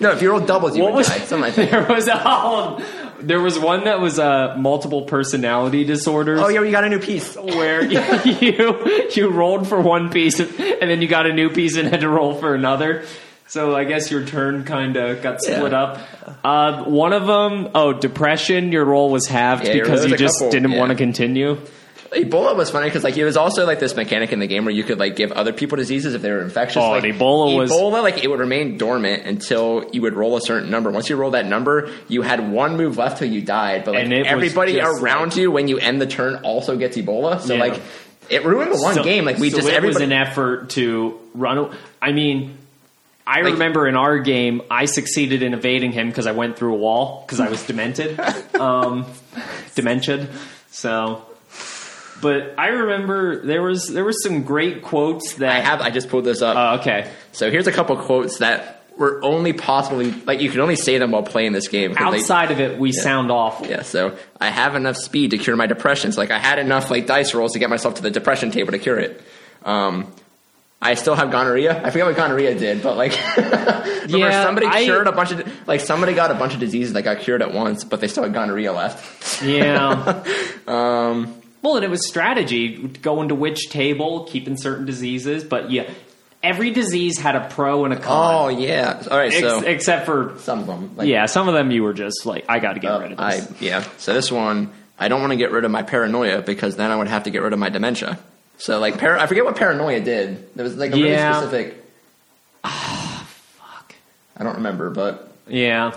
No, if you roll doubles, you What would was- die. Something like that. There was a, there was one that was uh, multiple personality disorders. Oh yeah, we got a new piece. where you you rolled for one piece and then you got a new piece and had to roll for another. So I guess your turn kind of got split Yeah. up. Uh, one of them, oh, depression. Your roll was halved Yeah, because there's you a just couple, didn't yeah. want to continue. Ebola was funny because like it was also like this mechanic in the game where you could like give other people diseases if they were infectious. Oh, like, and Ebola was- Ebola like it would remain dormant until you would roll a certain number. Once you rolled that number, you had one move left till you died. But like And it was everybody just, around you when you end the turn also gets Ebola. So Yeah. like it ruined the one So- game. Like we so just it was everybody an effort to run. a- I mean. I Like- remember in our game, I succeeded in evading him because I went through a wall because I was demented, um, demented. So, but I remember there was there were some great quotes that I have I just pulled this up. Oh, okay. so here's a couple quotes that were only possibly like you could only say them while playing this game. 'cause they- Outside of it, we sound awful. Yeah, so I have enough speed to cure my depression. So like I had enough like dice rolls to get myself to the depression table to cure it. Um, I still have gonorrhea. I forget what gonorrhea did, but like, remember Yeah, somebody I- cured a bunch of like somebody got a bunch of diseases that got cured at once, but they still had gonorrhea left. Um, Yeah. well, and it was strategy going to which table, keeping certain diseases, but yeah, every disease had a pro and a con, Oh yeah. All right, ex- so except for some of them. Like, yeah, some of them you were just like, I got to get uh, rid of I this. yeah. So this one, I don't want to get rid of my paranoia because then I would have to get rid of my dementia. So like, par- I forget what paranoia did. There was like a Yeah. really specific. ah, I don't remember, but yeah,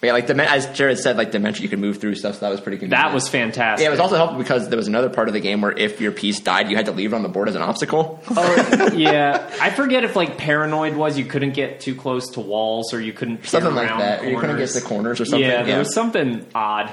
But yeah, like demen- as Jared said, like dementia, you could move through stuff. So that was pretty convenient. that was fantastic. Yeah, it was also helpful because there was another part of the game where if your piece died, you had to leave it on the board as an obstacle. Oh, yeah, I forget if like paranoid was you couldn't get too close to walls or you couldn't peer Something like around that. Or Corners. You couldn't get to the corners or something. Yeah, Yeah, there was something odd.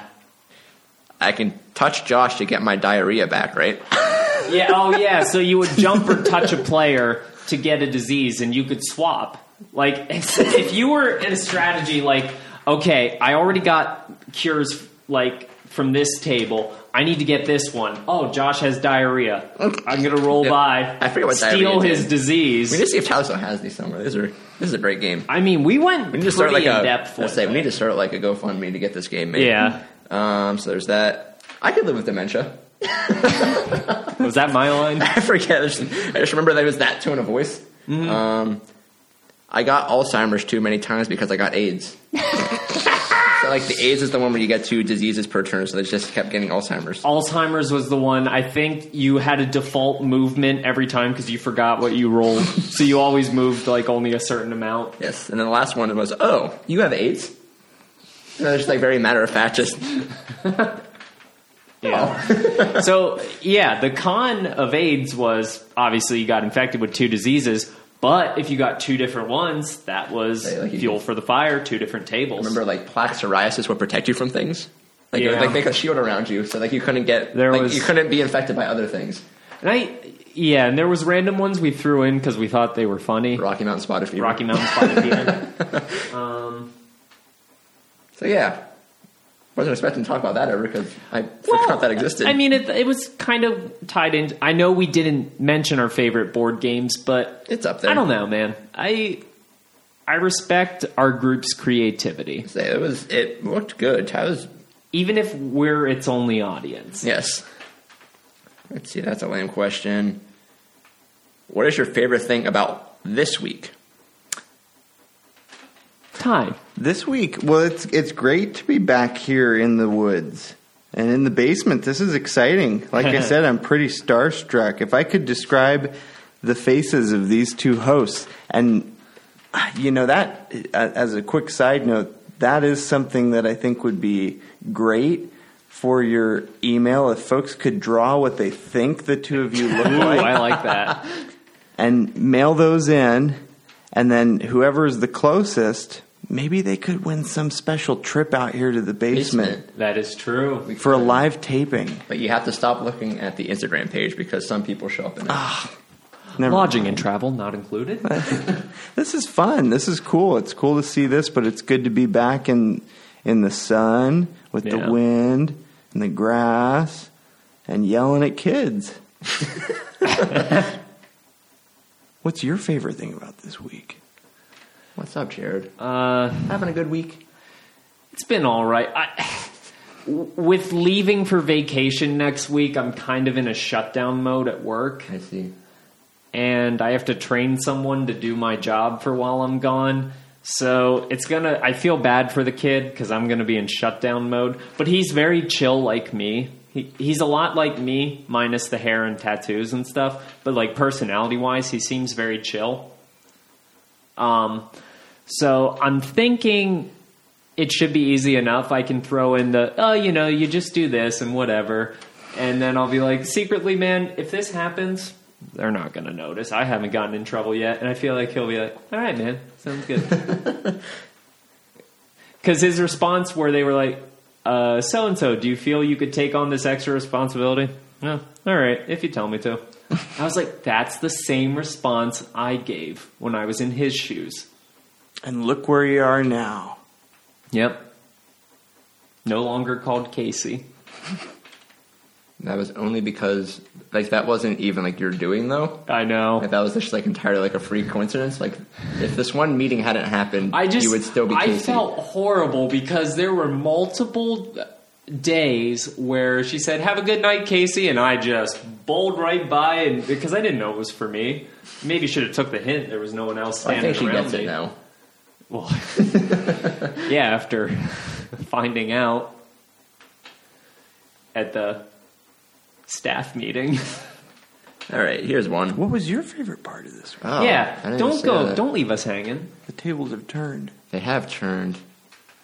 I can touch Josh to get my diarrhea back, right? Yeah. Oh, yeah. So you would jump or touch a player to get a disease, and you could swap. Like if, if you were in a strategy, like okay, I already got cures like from this table. I need to get this one. Oh, Josh has diarrhea. I'm gonna roll Yeah. by. I forget what steal diarrhea his did. disease. We need to see if Tauso has these somewhere. These are this is a great game. I mean, we We went need pretty to start like in a. depth. let's With say we it. need to start like a GoFundMe to get this game made. Yeah. Um. So there's that. I could live with dementia. Was that my line? I forget. I just, I just remember that it was that tone of voice. Um, I got Alzheimer's too many times because I got AIDS. so like the AIDS is the one where you get two diseases per turn, so they just kept getting Alzheimer's. Alzheimer's was the one. I think you had a default movement every time because you forgot what you rolled, so you always moved like only a certain amount. Yes, and then the last one was, oh, you have AIDS. And they're just like very matter of fact, just oh. Yeah. so yeah, the con of AIDS was obviously you got infected with two diseases, but if you got two different ones, that was Right, like you fuel could- for the fire. Two different tables. remember like plaque psoriasis would protect you from things. Like it would Yeah. like make a shield around you, so like you couldn't get There like was- you couldn't be infected by other things. and I yeah, and there was random ones we threw in because we thought they were funny. Rocky Mountain spotted fever. Rocky Mountain Spotted Fever. So yeah, wasn't expecting to talk about that ever because I forgot that existed. I mean, it, it was kind of tied in. I know we didn't mention our favorite board games, but It's up there. I don't know, man. I I respect our group's creativity, Say, It was. It looked good. I was. even if we're its only audience. Yes. Let's see. That's a lame question. What is your favorite thing about this week? Time. This week, well, it's it's great to be back here in the woods and in the basement. This is exciting. Like I said, I'm pretty starstruck. If I could describe the faces of these two hosts, and ah, you know that uh, as a quick side note, that is something that I think would be great for your email if folks could draw what they think the two of you look Ooh, like Oh, I like that. and mail those in, and then whoever is the closest, maybe they could win some special trip out here to the basement, That is true. for a live taping. But you have to stop looking at the Instagram page because some people show up in it. Ah. Never- Lodging and travel not included. This is fun. This is cool. It's cool to see this, but it's good to be back in in the sun with Yeah. the wind and the grass and yelling at kids. What's your favorite thing about this week? What's up, Jared? Uh, Having a good week? it's been all right. I, with leaving for vacation next week, I'm kind of in a shutdown mode at work, I see. and I have to train someone to do my job for while I'm gone. So it's gonna. I feel bad for the kid because I'm gonna be in shutdown mode. But he's very chill, like me. He, he's a lot like me, minus the hair and tattoos and stuff. But like personality wise, he seems very chill. Um, so I'm thinking it should be easy enough. I can throw in the, oh, you know, you just do this and whatever. And then I'll be like, secretly, man, if this happens, they're not going to notice. I haven't gotten in trouble yet. And I feel like he'll be like, all right, man, sounds good. Because his response, where they were like, so and so, do you feel you could take on this extra responsibility? No. All right, if you tell me to. I was like, that's the same response I gave when I was in his shoes. And look where you are now. Yep. No longer called Casey. That was only because like that wasn't even like you're doing though. I know. Like that was just like entirely like a free coincidence. Like if this one meeting hadn't happened, I just you would still be I Casey. felt horrible because there were multiple days where she said, "Have a good night, Casey," and I just bowled right by, and because I didn't know it was for me, maybe should have took the hint. There was no one else I standing think she around gets me. it now. Well, yeah, after finding out at the staff meeting. All right, here's one. What was your favorite part of this? Oh, I yeah, didn't don't see go. that. Don't leave us hanging. The tables have turned. They have turned.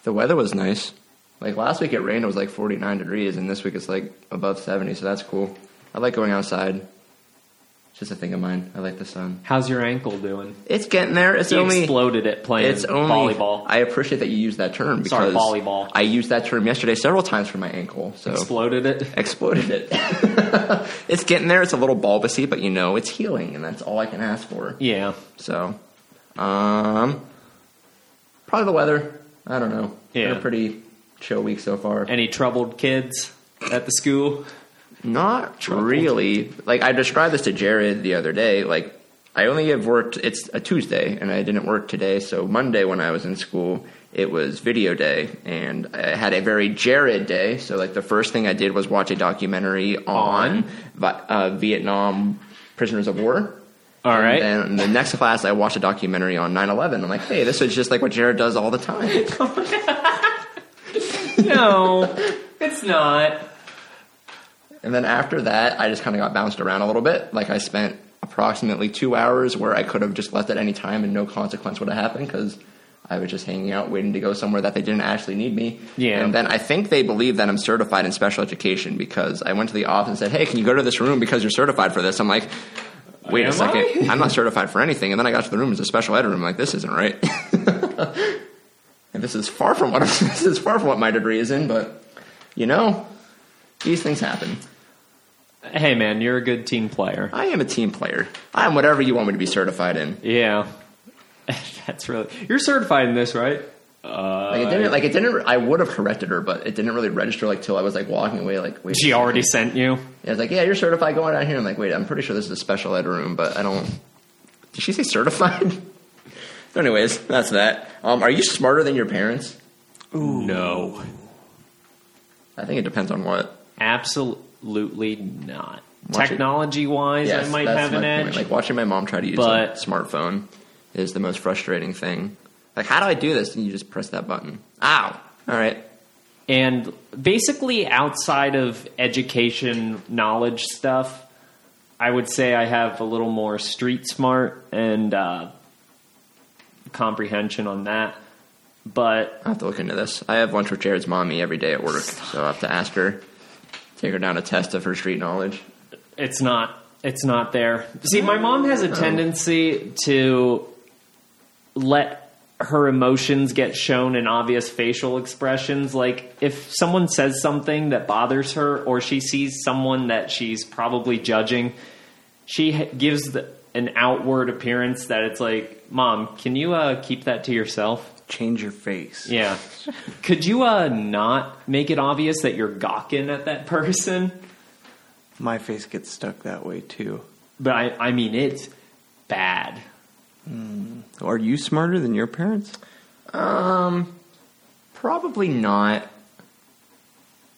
The weather was nice. Like last week it rained, it was like 49 degrees, and this week it's like above 70, so that's cool. I like going outside. It's just a thing of mine. I like the sun. How's your ankle doing? It's getting there. It's He only exploded it playing it's only volleyball. I appreciate that you use that term because Sorry, volleyball. I used that term yesterday several times for my ankle. So exploded it. exploded it. it's getting there. It's a little bulbousy, but you know it's healing, and that's all I can ask for. Yeah, So, um, probably the weather. I don't know. Been Yeah. a pretty chill week so far. any troubled kids at the school? Not really. Like I described this to Jared the other day. Like I only have worked. It's a Tuesday, and I didn't work today. So Monday, when I was in school, it was video day, and I had a very Jared day. So like the first thing I did was watch a documentary on, Vi uh, Vietnam prisoners of war. All right. And then the next class, I watched a documentary on 9-11. I'm like, hey, this is just like what Jared does all the time. no, it's not. And then after that, I just kind of got bounced around a little bit. Like I spent approximately two hours where I could have just left at any time and no consequence would have happened because I was just hanging out waiting to go somewhere that they didn't actually need me. Yeah. And then I think they believe that I'm certified in special education because I went to the office and said, "Hey, can you go to this room because you're certified for this?" I'm like. Wait Am a second. I'm not certified for anything. And then I got to the room as a special ed room. like, this isn't right. and this is far from what this is far from what my degree is in. But you know, these things happen. Hey, man, you're a good team player. I am a team player. I am whatever you want me to be certified in. Yeah, that's really. You're certified in this, right? Like it Uh, didn't. Like it didn't. I would have corrected her, but it didn't really register. Like till I was like walking away. Like wait, She a already second. sent you. Yeah, I was like, yeah, you're certified. Going out here. I'm like, wait, I'm pretty sure this is a special ed room, but I don't. Did she say certified? so anyways, that's that. Um, are you smarter than your parents? No, I think it depends on what. absolutely not. Watch it. Technology wise, Yes, I might that's have my an point. edge. Like watching my mom try to use But- a smartphone is the most frustrating thing. Like, how do I do this? And you just press that button. Ow! All right. and basically outside of education knowledge stuff i would say i have a little more street smart and uh, comprehension on that but I have to look into this. I have lunch with Jared's mommy every day at work, so I have to ask her, take her down a test of her street knowledge. it's not it's not there see my mom has a tendency to let her emotions get shown in obvious facial expressions. Like if someone says something that bothers her, or she sees someone that she's probably judging, she ha- gives the, an outward appearance that it's like, "Mom, can you uh, keep that to yourself?" Change your face. Yeah. Could you uh, not make it obvious that you're gawking at that person? My face gets stuck that way too. But I, I mean, it's bad. Are you smarter than your parents? Um, probably not.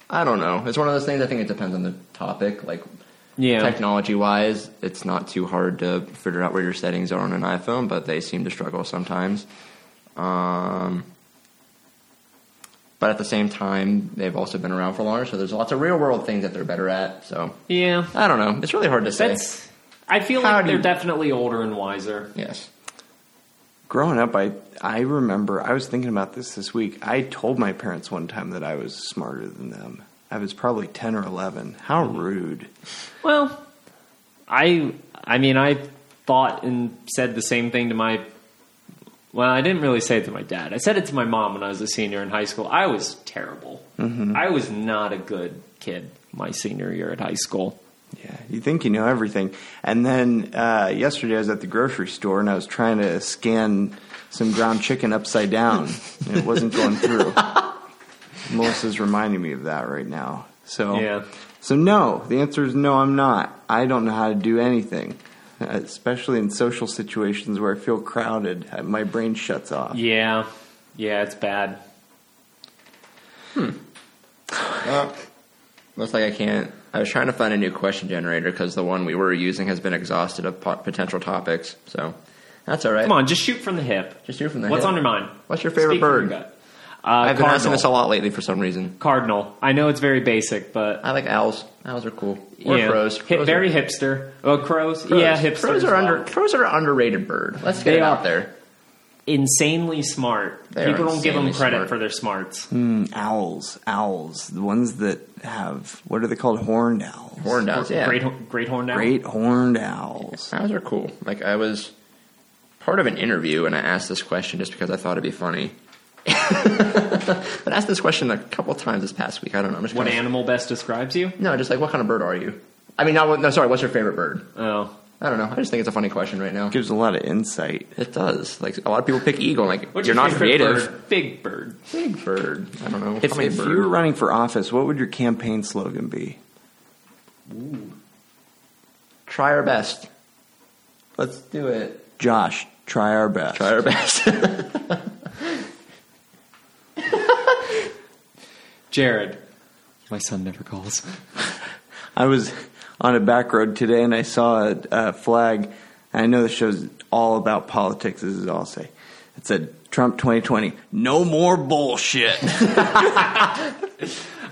I don't know. It's one of those things. I think it depends on the topic. Like Yeah. technology wise, it's not too hard to figure out where your settings are on an iPhone, but they seem to struggle sometimes. Um, but at the same time, they've also been around for longer, so there's lots of real world things that they're better at. So yeah. I don't know. It's really hard to say. That's. I feel How like do they're you- definitely older and wiser. yes. Growing up, I I remember I was thinking about this this week. I told my parents one time that I was smarter than them. I was probably ten or eleven. How rude! Well, I I mean I thought and said the same thing to my well, I didn't really say it to my dad. I said it to my mom when I was a senior in high school. I was terrible. Mm-hmm. I was not a good kid my senior year at high school. Yeah, you think you know everything. And then uh, yesterday I was at the grocery store and I was trying to scan some ground chicken upside down. and it wasn't going through. Melissa's reminding me of that right now. So, Yeah. so no, the answer is no, I'm not. I don't know how to do anything, especially in social situations where I feel crowded. I- My brain shuts off. Yeah. Yeah, it's bad. Looks like I can't. I was trying to find a new question generator because the one we were using has been exhausted of pot- potential topics. So that's all right. Come on, just shoot from the hip. Just do it from the What's hip. on your mind? What's your favorite Speak from bird? your gut. Uh, I've been asking cardinal. this a lot lately for some reason. Cardinal. I know it's very basic, but I like owls. Owls are cool. Or yeah. crows. Hi- Crows are- very hipster. Oh, crows. crows. Yeah, hipster. Crows as are well. under. Crows are an underrated bird. Let's get They it out are. there. insanely smart. They are People don't give them insanely credit smart. for their smarts. Mm, Owls, owls, the ones that have what are they called? Horned owls. Horned owls. Yeah. Great, ho- great horn owl. Great horned owls. Owls are cool. Like I was part of an interview and I asked this question just because I thought it'd be funny. but I asked this question a couple times this past week. I don't know. I'm just What kinda- animal best describes you? No, just like what kind of bird are you? I mean, not what- no. Sorry, what's your favorite bird? Oh, I don't know. I just think it's a funny question right now. Gives a lot of insight. It does. Like a lot of people pick eagle. Like what's you're your not favorite creative. Bird? Big bird. Big bird. I don't know. If, How many if bird? you were running for office, what would your campaign slogan be? try our best. Let's do it. Josh, try our best. Try our best. Jared. My son never calls. I was on a back road today and I saw a, a flag. I know the show's all about politics. This is all I'll say. It said Trump 2020. No more bullshit. I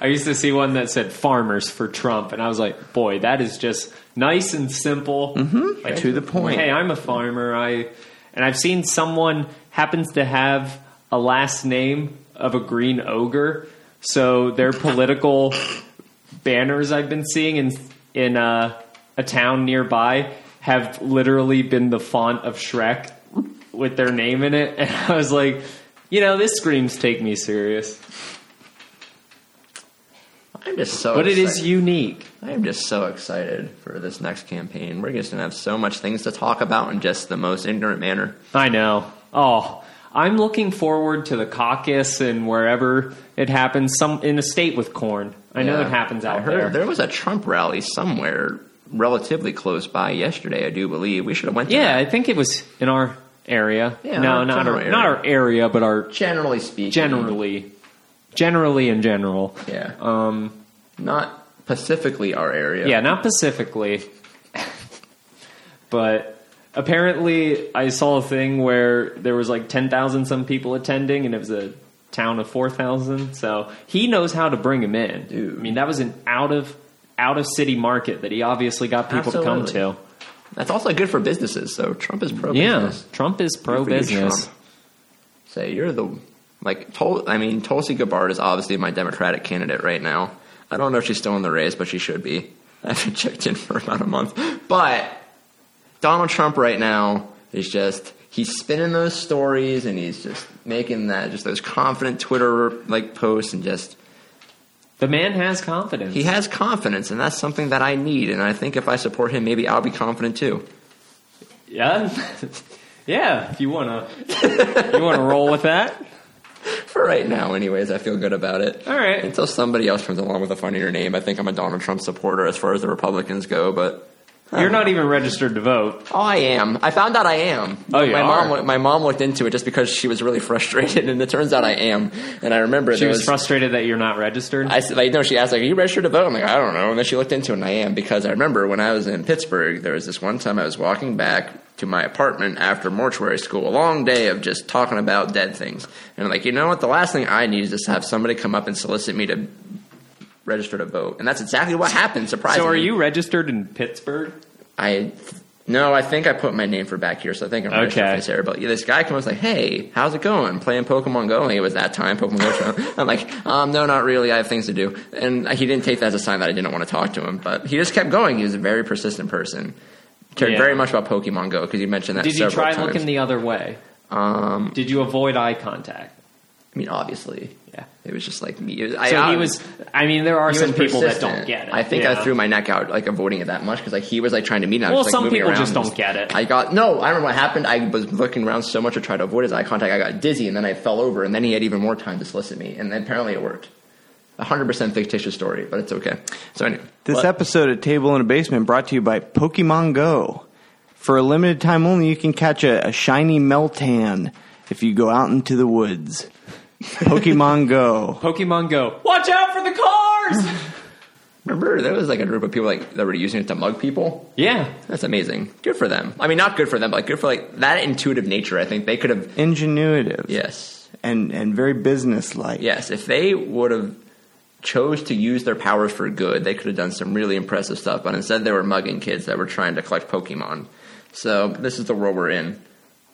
used to see one that said "Farmers for Trump," and I was like, "Boy, that is just nice and simple." Mm-hmm. Like, To the point. Hey, I'm a farmer. I and I've seen someone happens to have a last name of a green ogre, so their political banners I've been seeing in in uh, a town nearby have literally been the font of Shrek with their name in it, and I was like, you know, this screams "Take me serious," I'm just so. Oh, but it is excited. unique. I'm just so excited for this next campaign. We're just gonna have so much things to talk about in just the most ignorant manner. I know. Oh, I'm looking forward to the caucus and wherever it happens. Some in a state with corn. I know Yeah. Oh, it happens out I heard there. There was a Trump rally somewhere relatively close by yesterday. I do believe we should have went. To Yeah, that. I think it was in our area. Yeah, no, our not our general area. not our area, but our Generally speaking. generally, generally in general. Yeah. Um. Not specifically our area. Yeah, not specifically, but apparently I saw a thing where there was like 10,000 some people attending and it was a town of 4,000. So he knows how to bring them in. Dude. I mean, that was an out of out of city market that he obviously got people to Absolutely. come to. That's also good for businesses. So Trump is pro Yeah, business. Trump is pro Good for you, business. Trump. Say you're the like. Tol- I mean, Tulsi Gabbard is obviously my Democratic candidate right now. I don't know if she's still in the race, but she should be. I haven't checked in for about a month. But Donald Trump right now is just he's spinning those stories and he's just making that just those confident Twitter like posts and just The man has confidence. he has confidence and that's something that I need and I think if I support him maybe I'll be confident too. yeah. yeah, if you want to you want to roll with that. For right now, anyways, I feel good about it. All right. Until somebody else comes along with a funnier name, I think I'm a Donald Trump supporter as far as the Republicans go, but You're not even registered to vote. Oh, I am. I found out I am. Oh, you my are? mom. My mom looked into it just because she was really frustrated, and it turns out I am. And I remember She there was, was frustrated that you're not registered. I said, like, no, she asked, like, are you registered to vote? I'm like, I don't know. And then she looked into it, and I am, because I remember when I was in Pittsburgh, there was this one time I was walking back to my apartment after mortuary school, a long day of just talking about dead things. And I'm like, you know what? The last thing I need is just to have somebody come up and solicit me to register to vote. And that's exactly what happened, surprisingly. so are you registered in Pittsburgh? I no, I think I put my name for back here, so I think I'm Okay. okay. Sarah. But yeah, this guy comes like, "Hey, how's it going? Playing Pokemon Go?" And it was that time Pokemon Go. show. I'm like, um, "No, not really. I have things to do." And he didn't take that as a sign that I didn't want to talk to him, but he just kept going. He was a very persistent person. Cared Yeah. very much about Pokemon Go because you mentioned that. Did you several try times. looking the other way? Um, Did you avoid eye contact? I mean, obviously, Yeah. it was just like me. It was- So I, he was. I mean, there are he was some people that persistent. don't get it. I think Yeah. I threw my neck out, like avoiding it that much, because like he was like trying to meet. and I was, Well, like, some moving people around just and don't get it. I got no. I don't know what happened. I was looking around so much to try to avoid his eye contact. I got dizzy, and then I fell over, and then he had even more time to solicit me, and then apparently it worked. A hundred percent fictitious story, but it's okay. So anyway, This What? episode of Table in a Basement brought to you by Pokemon Go. For a limited time only, you can catch a, a shiny Meltan if you go out into the woods. Pokemon Go. Pokemon Go. Watch out for the cars! remember there was like a group of people like that were using it to mug people. yeah, That's amazing. Good for them. I mean, not good for them, but like, good for like that intuitive nature. I think they could have. Ingenuitive. Yes, And and very businesslike. yes. If they would have chose to use their powers for good, they could have done some really impressive stuff. But instead, they were mugging kids that were trying to collect Pokemon. So this is the world we're in.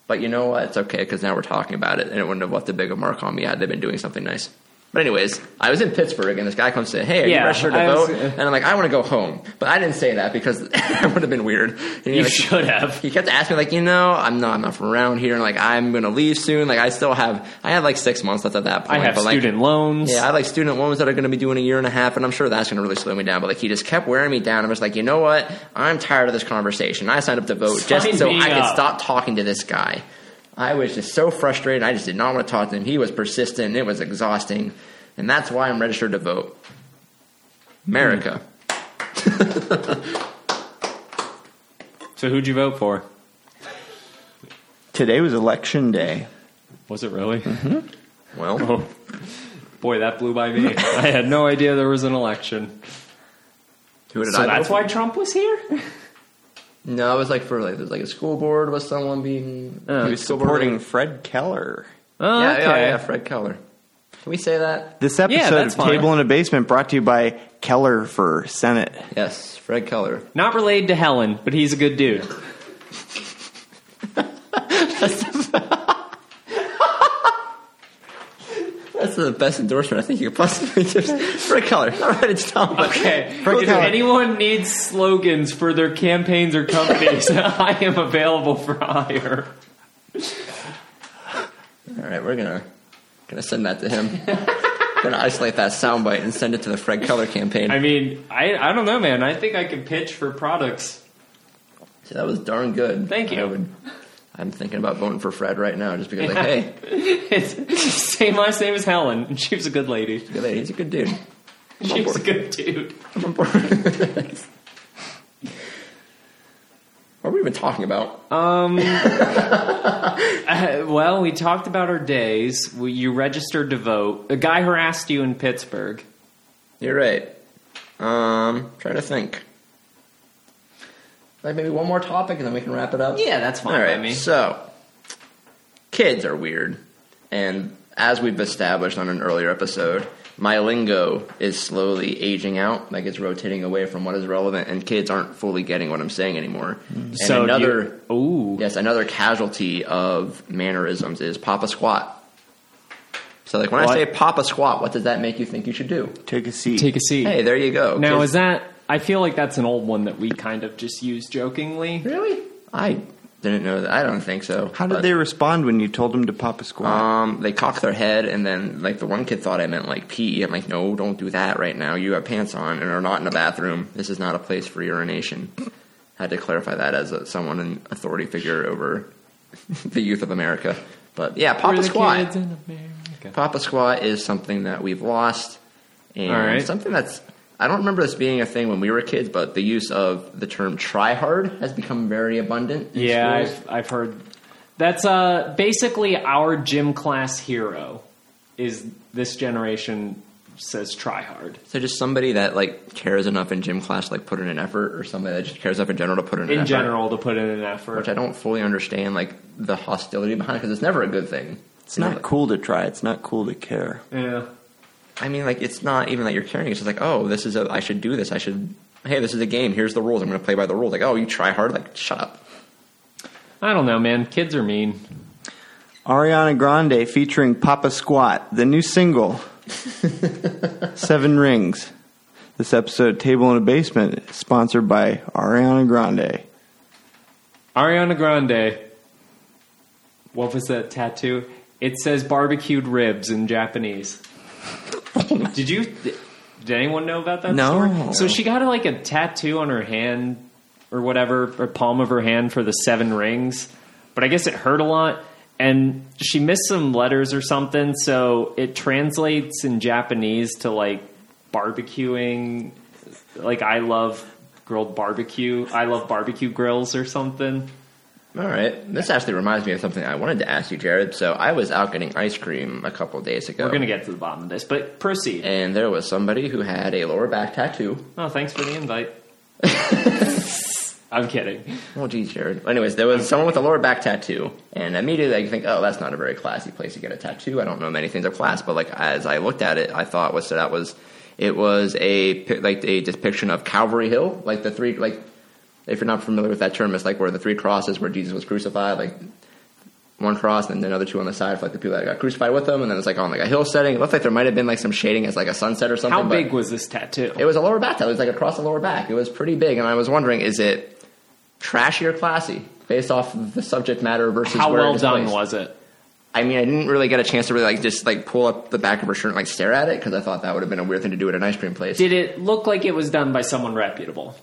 But you know what? It's okay because now we're talking about it, and it wouldn't have left a big a mark on me had they been doing something nice. But anyways, I was in Pittsburgh, and this guy comes to, "Hey, are Yeah, you registered to I was- vote?" uh, and I'm like, "I want to go home," but I didn't say that because it would have been weird. And he, you like, should have. he kept asking me like, you know, I'm not, I'm not from around here, and like, I'm gonna leave soon. Like, I still have, I had like six months left at that I point. have but, like, student loans. yeah, I have, like student loans that are going to be due in a year and a half, and I'm sure that's going to really slow me down. But like, he just kept wearing me down. I'm just like, you know what? I'm tired of this conversation. I signed up to vote Sign just so me I could up. stop talking to this guy. I was just so frustrated. I just did not want to talk to him. He was persistent. It was exhausting, and that's why I'm registered to vote. Hmm. America. So who'd you vote for? Today was election day. Was it really? Hmm. Well, Oh, boy, that blew by me. I had no idea there was an election. who did I So vote that's for? why Trump was here. No, it was like for like there's like a school board with someone being Oh, He was school board- supporting Fred Keller. Oh, yeah, okay. yeah, yeah, Fred Keller. Can we say that? This episode that's of fine. Table in a Basement brought to you by Keller for Senate. Yes, Fred Keller. Not related to Helen, but he's a good dude. That's the best endorsement I think you could possibly give. Fred Keller. All right, it's Tom. Okay. Fred if Keller. anyone needs slogans for their campaigns or companies, I am available for hire. All right, we're gonna gonna send that to him. gonna isolate that soundbite and send it to the Fred Keller campaign. I mean, I I don't know, man. I think I could pitch for products. So that was darn good. Thank you. I would, I'm thinking about voting for Fred right now, just because like, hey, It's same last name as Helen. and She was a good lady. good lady, he's a good dude. She was a good dude. I'm on board. what are we even talking about? Uh, well, we talked about our days. We, you registered to vote. A guy harassed you in Pittsburgh. You're right. Um, trying to think. Like maybe one more topic and then we can wrap it up. Yeah, that's fine All by right. me. So, kids are weird, and as we've established on an earlier episode, my lingo is slowly aging out. Like it's rotating away from what is relevant, and kids aren't fully getting what I'm saying anymore. And Mm-hmm. So another. you, ooh, Yes, another casualty of mannerisms is Papa Squat. So, like when What? I say Papa Squat, what does that make you think you should do? Take a seat. take a seat. Hey, there you go. now Kids- is that? I feel like that's an old one that we kind of just use jokingly. really? I didn't know that. I don't think so. How did But, they respond when you told them to pop a squat? Um, they cocked their head, and then like the one kid thought I meant like pee. I'm like, no, don't do that right now. You have pants on and are not in a bathroom. This is not a place for urination. Had to clarify that as a, someone an authority figure over the youth of America. But yeah, Papa We're the Squat. kids in America. Papa squat is something that we've lost, and All right. something that's I don't remember this being a thing when we were kids, but the use of the term try hard has become very abundant. in yeah, schools. I've, I've heard. That's uh, basically our gym class hero. Is this generation says try hard? So just somebody that like cares enough in gym class to like put in an effort, or somebody that just cares enough in general to put in, an in effort, general to put in an effort. which I don't fully understand like the hostility behind it because it's never a good thing. It's not cool to try. It's not cool to care. yeah. I mean, like it's not even that you're caring. It's just like, oh, this is a I should do this. I should. Hey, this is a game. Here's the rules. I'm going to play by the rules. Like, oh, you try hard. Like, shut up. I don't know, man. Kids are mean. Ariana Grande featuring Papa Squat, the new single, Seven Rings. This episode, Table in a Basement, is sponsored by Ariana Grande. Ariana Grande. What was that tattoo? It says barbecued ribs in Japanese. did you? Did anyone know about that? No. Story? So she got like a tattoo on her hand or whatever, or palm of her hand for the seven rings. But I guess it hurt a lot, and she missed some letters or something, so it translates in Japanese to like barbecuing. Like I love grilled barbecue. I love barbecue grills or something. All right. This actually reminds me of something I wanted to ask you, Jared. So I was out getting ice cream a couple days ago. We're gonna get to the bottom of this, but proceed. and there was somebody who had a lower back tattoo. Oh, thanks for the invite. I'm kidding. Oh, geez, Jared. Anyways, there was someone with a lower back tattoo, and immediately I think, oh, that's not a very classy place to get a tattoo. I don't know many things of class, but like as I looked at it, I thought was so that was it was a pi- like a depiction of Calvary Hill, like the three like if you're not familiar with that term, it's like where the three crosses where Jesus was crucified, like one cross and then another two on the side for like the people that got crucified with him, and then it's like on like a hill setting. It looked like there might have been like some shading as like a sunset or something. How but- big was this tattoo? It was a lower back tattoo. It was like across the lower back. It was pretty big, and I was wondering, is it trashy or classy based off of the subject matter versus How where it well is done placed? was it? I mean, I didn't really get a chance to really like just like pull up the back of her shirt and like stare at it because I thought that would have been a weird thing to do at an ice cream place. Did it look like it was done by someone reputable?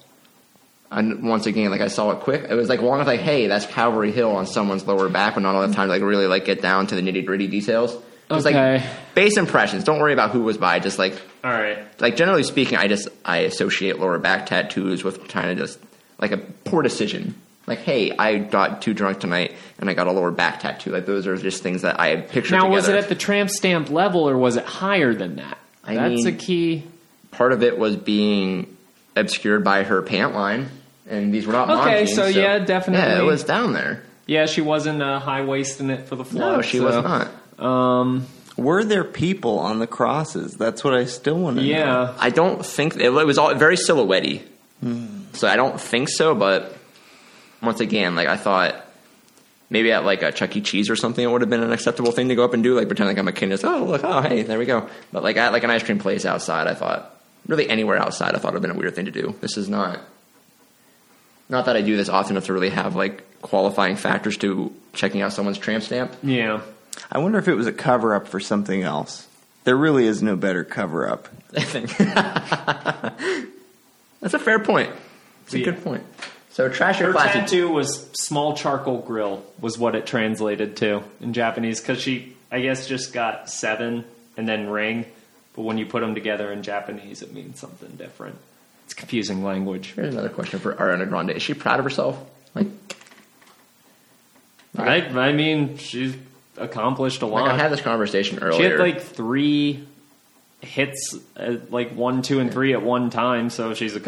and once again, like I saw it quick. It was like long as like, hey, that's Calvary Hill on someone's lower back, but not all the time to like really like get down to the nitty gritty details. Just Okay. like base impressions. Don't worry about who was by. Just like All right. like generally speaking, I just I associate lower back tattoos with kind of just like a poor decision. Like, hey, I got too drunk tonight and I got a lower back tattoo. Like those are just things that I picture. Now, was it together. at the tramp stamp level or was it higher than that? I That's mean- a key. part of it was being obscured by her pant line, and these were not mom Okay, jeans, so yeah, definitely. yeah, it was down there. Yeah, she wasn't uh, high waisting it for the floor. No, she so- was not. Um, Were there people on the crosses? That's what I still want to know. yeah. Uh, I don't think it was all very silhouetted. So I don't think so, but once again, like I thought maybe at like a Chuck E. Cheese or something it would have been an acceptable thing to go up and do, like pretend like I'm a kid and just oh look, oh hey, there we go. But like at like an ice cream place outside I thought really anywhere outside I thought it would have been a weird thing to do. This is not not that I do this often enough to really have like qualifying factors to checking out someone's tramp stamp. Yeah. I wonder if it was a cover up for something else. There really is no better cover up. I think that's a fair point. It's a Yeah. good point. So trash or Her classy? tattoo was small charcoal grill was what it translated to in Japanese because she I guess just got seven and then ring, but when you put them together in Japanese, it means something different. It's confusing language. Here's another question for Ariana Grande. Is she proud of herself? Like, I I mean she's accomplished a like lot. I had this conversation she earlier. had like three hits, uh, like one, two, and three at one time, so she's This is-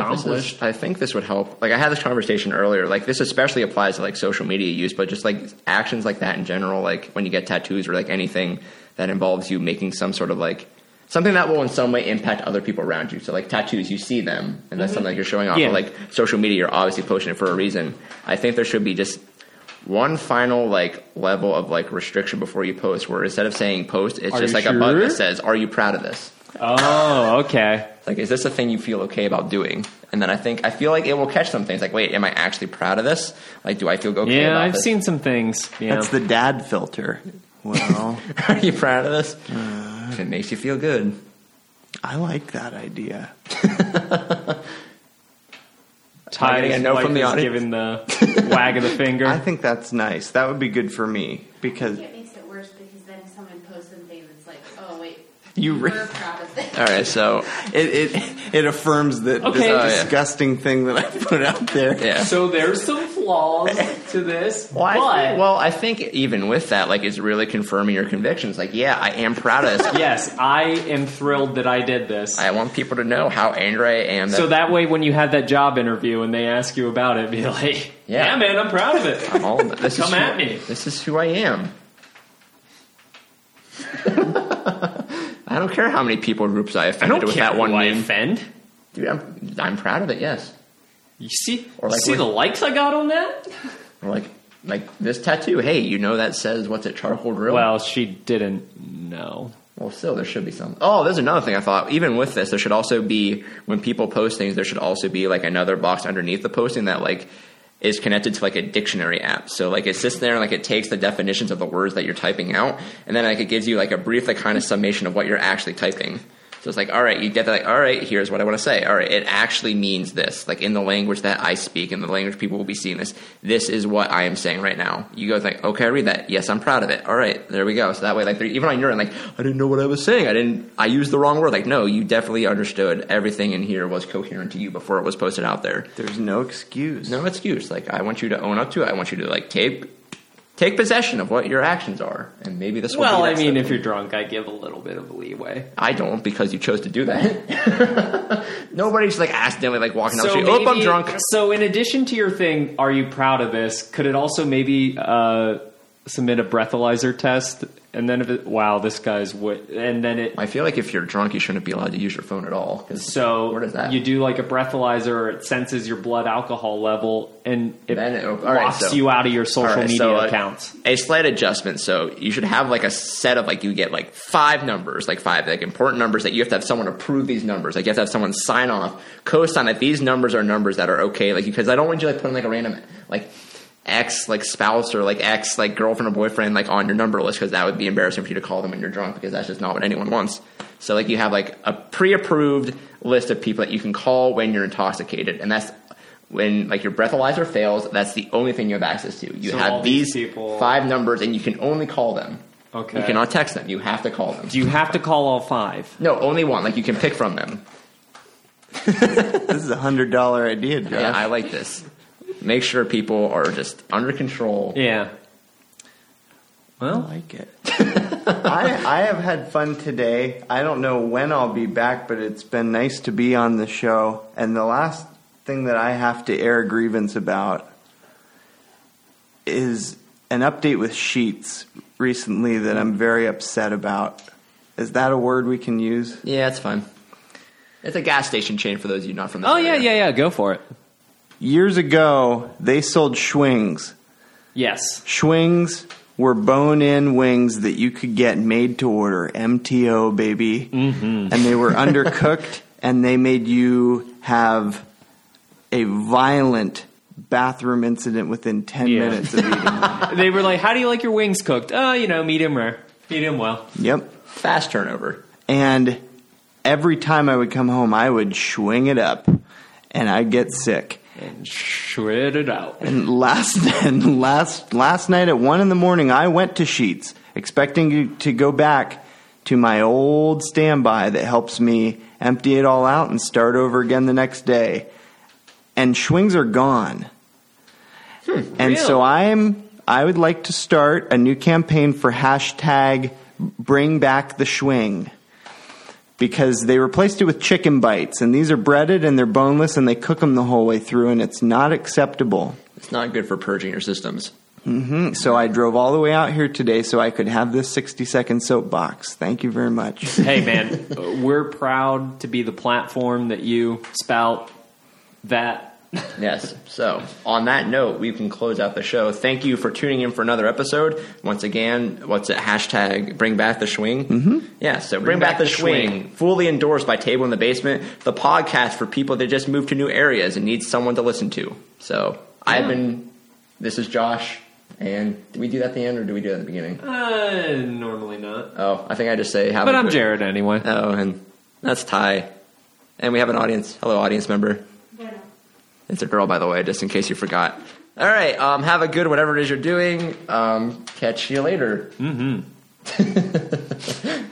accomplished. I think this would help. Like I had this conversation earlier. Like this especially applies to like social media use, but just like actions like that in general. Like when you get tattoos or like anything that involves you making some sort of like something that will in some way impact other people around you. So like tattoos, you see them, and that's something that you're showing off. Mm-hmm. Yeah. But, like social media, you're obviously posting it for a reason. I think there should be just one final like level of like restriction before you post, where instead of saying post, it's Are just you like a button sure? that says, "Are you proud of this?" oh, okay. like is this a thing you feel okay about doing and then i think i feel like it will catch some things like wait am i actually proud of this like do i feel okay Yeah, about I've this? seen some things. Yeah. That's the dad filter. Well, are you proud of this if it makes you feel good I like that idea. Am I getting a Ty's no wife from the is audience? giving the wag of the finger. I think that's nice. That would be good for me I because think it makes it worse because then someone posts something that's like, oh wait, You. We're Re- proud of this. All right, so It it it affirms that Okay. Oh, yeah. this disgusting thing that I put out there. yeah. So there's some flaws to this, Well I, but well, I think even with that, like, it's really confirming your convictions. Like, yeah, I am proud of this. yes, I am thrilled that I did this. I want people to know how angry I am. That, so that way, when you have that job interview and they ask you about it, be like, Yeah. "Yeah, man, I'm proud of it." all of it. this is Come who- at me. This is who I am. I don't care how many people groups I I offended don't with care that one who I name. offend. Dude, I'm, I'm proud of it. Yes, You see, Or you like see when- the likes I got on that. Or like like this tattoo. Hey, you know that says what's it? Charcoal drill. Well, she didn't know. Well, still, there should be some. Oh, there's another thing I thought. Even with this, there should also be when people post things, there should also be like another box underneath the posting that like is connected to like a dictionary app. So like it sits there and like it takes the definitions of the words that you're typing out, and then like it gives you like a brief like kind of summation of what you're actually typing. So it's like, all right, you get that. Like, all right, here's what I want to say. All right, it actually means this. Like in the language that I speak, in the language people will be seeing this. This is what I am saying right now. You go like, okay, I read that. Yes, I'm proud of it. All right, there we go. So that way, like they're- even on your end, like I didn't know what I was saying. I didn't. I used the wrong word. Like no, you definitely understood. Everything in here was coherent to you before it was posted out there. There's no excuse. No excuse. Like I want you to own up to it. I want you to like take take possession of what your actions are, and maybe this. will Well, be I that mean, step. if you're drunk, I give a little bit of leeway. I don't because you chose to do that. Nobody's like accidentally like walking down the street. maybe- Oop, "Oh, I'm drunk. So, in addition to your thing, are you proud of this? Could it also maybe uh, submit a breathalyzer test? And then if it, wow, this guy's what? And then it I feel like if you're drunk, you shouldn't be allowed to use your phone at all. 'cause so where does that? you do like a breathalyzer, or it senses your blood alcohol level, and it, Then it- all right, locks so- you out of your social All right, media so, uh, accounts. a slight adjustment. So you should have like a set of like you get like five numbers, like five like important numbers that you have to have someone approve these numbers. Like you have to have someone sign off, co-sign that these numbers are numbers that are okay. Like because I don't want you to like put in like a random like ex like spouse or like ex like girlfriend or boyfriend like on your number list because that would be embarrassing for you to call them when you're drunk because that's just not what anyone wants. So like you have like a pre-approved list of people that you can call when you're intoxicated, and that's when like your breathalyzer fails. That's the only thing you have access to. You So all have these these people- five numbers, and you can only call them. Okay. You cannot text them. You have to call them. Do you have to call all five? No, only one. Like you can pick from them. This is a hundred dollar idea, Jeff. Yeah, I like this. Make sure people are just under control. Yeah. I Well, like it. I I have had fun today. I don't know when I'll be back, but it's been nice to be on the show. And the last thing that I have to air a grievance about is an update with Sheets recently that I'm very upset about. Is that a word we can use? Yeah, it's fine. It's a gas station chain for those of you not from. This oh yeah, area. yeah, yeah. Go for it. Years ago, they sold Schwings. Yes. Schwings were bone in wings that you could get made to order, MTO baby. Mm-hmm. And they were undercooked and they made you have a violent bathroom incident within 10 Yeah. minutes of eating. they were like, "How do you like your wings cooked?" Oh, you know, medium rare, medium well. yep. Fast turnover. And every time I would come home, I would swing it up and I'd get sick. and shred it out. And last and last last night at one in the morning, I went to Sheets, expecting to- to go back to my old standby that helps me empty it all out and start over again the next day. And swings are gone. and so I'm I would like to start a new campaign for hashtag bring back the swing because they replaced it with chicken bites and these are breaded and they're boneless and they cook them the whole way through and it's not acceptable It's not good for purging your systems. hmm so i drove all the way out here today so i could have this 60 second soapbox thank you very much Hey, man, uh, we're proud to be the platform that you spout that. Yes. So, on that note, we can close out the show. Thank you for tuning in for another episode. Once again, what's it? Hashtag bring back the swing. Mm-hmm. Yeah, so bring, back, the swing. Fully endorsed by Table in the Basement, the podcast for people that just moved to new areas and need someone to listen to. So, I've been, this is Josh, and do we do that at the end or do we do that at the beginning? Uh, normally not. Oh, I think I just say, have But a I'm good- Jared anyway. Oh, and that's Ty. And we have an audience. Hello, audience member. Bueno. It's a girl, by the way, just in case you forgot. All right. Um, have a good whatever it is you're doing. Um, catch you later. Mm hmm.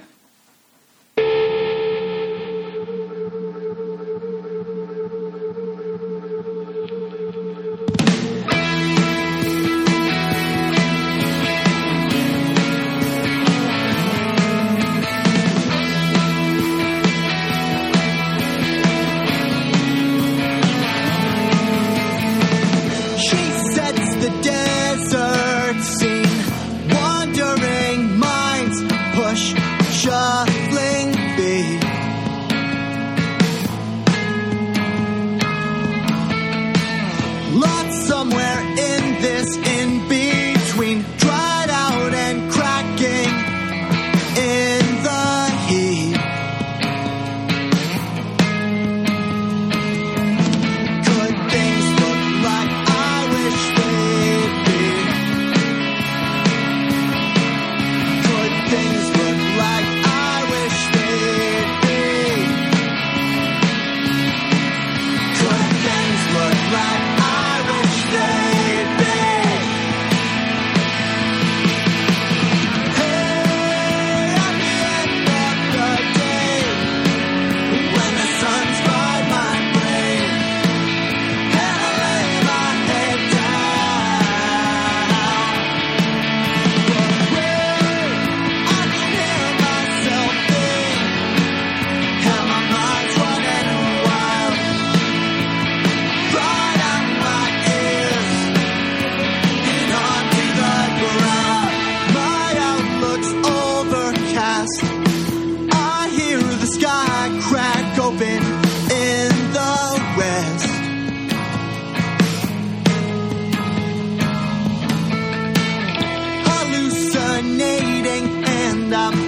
end up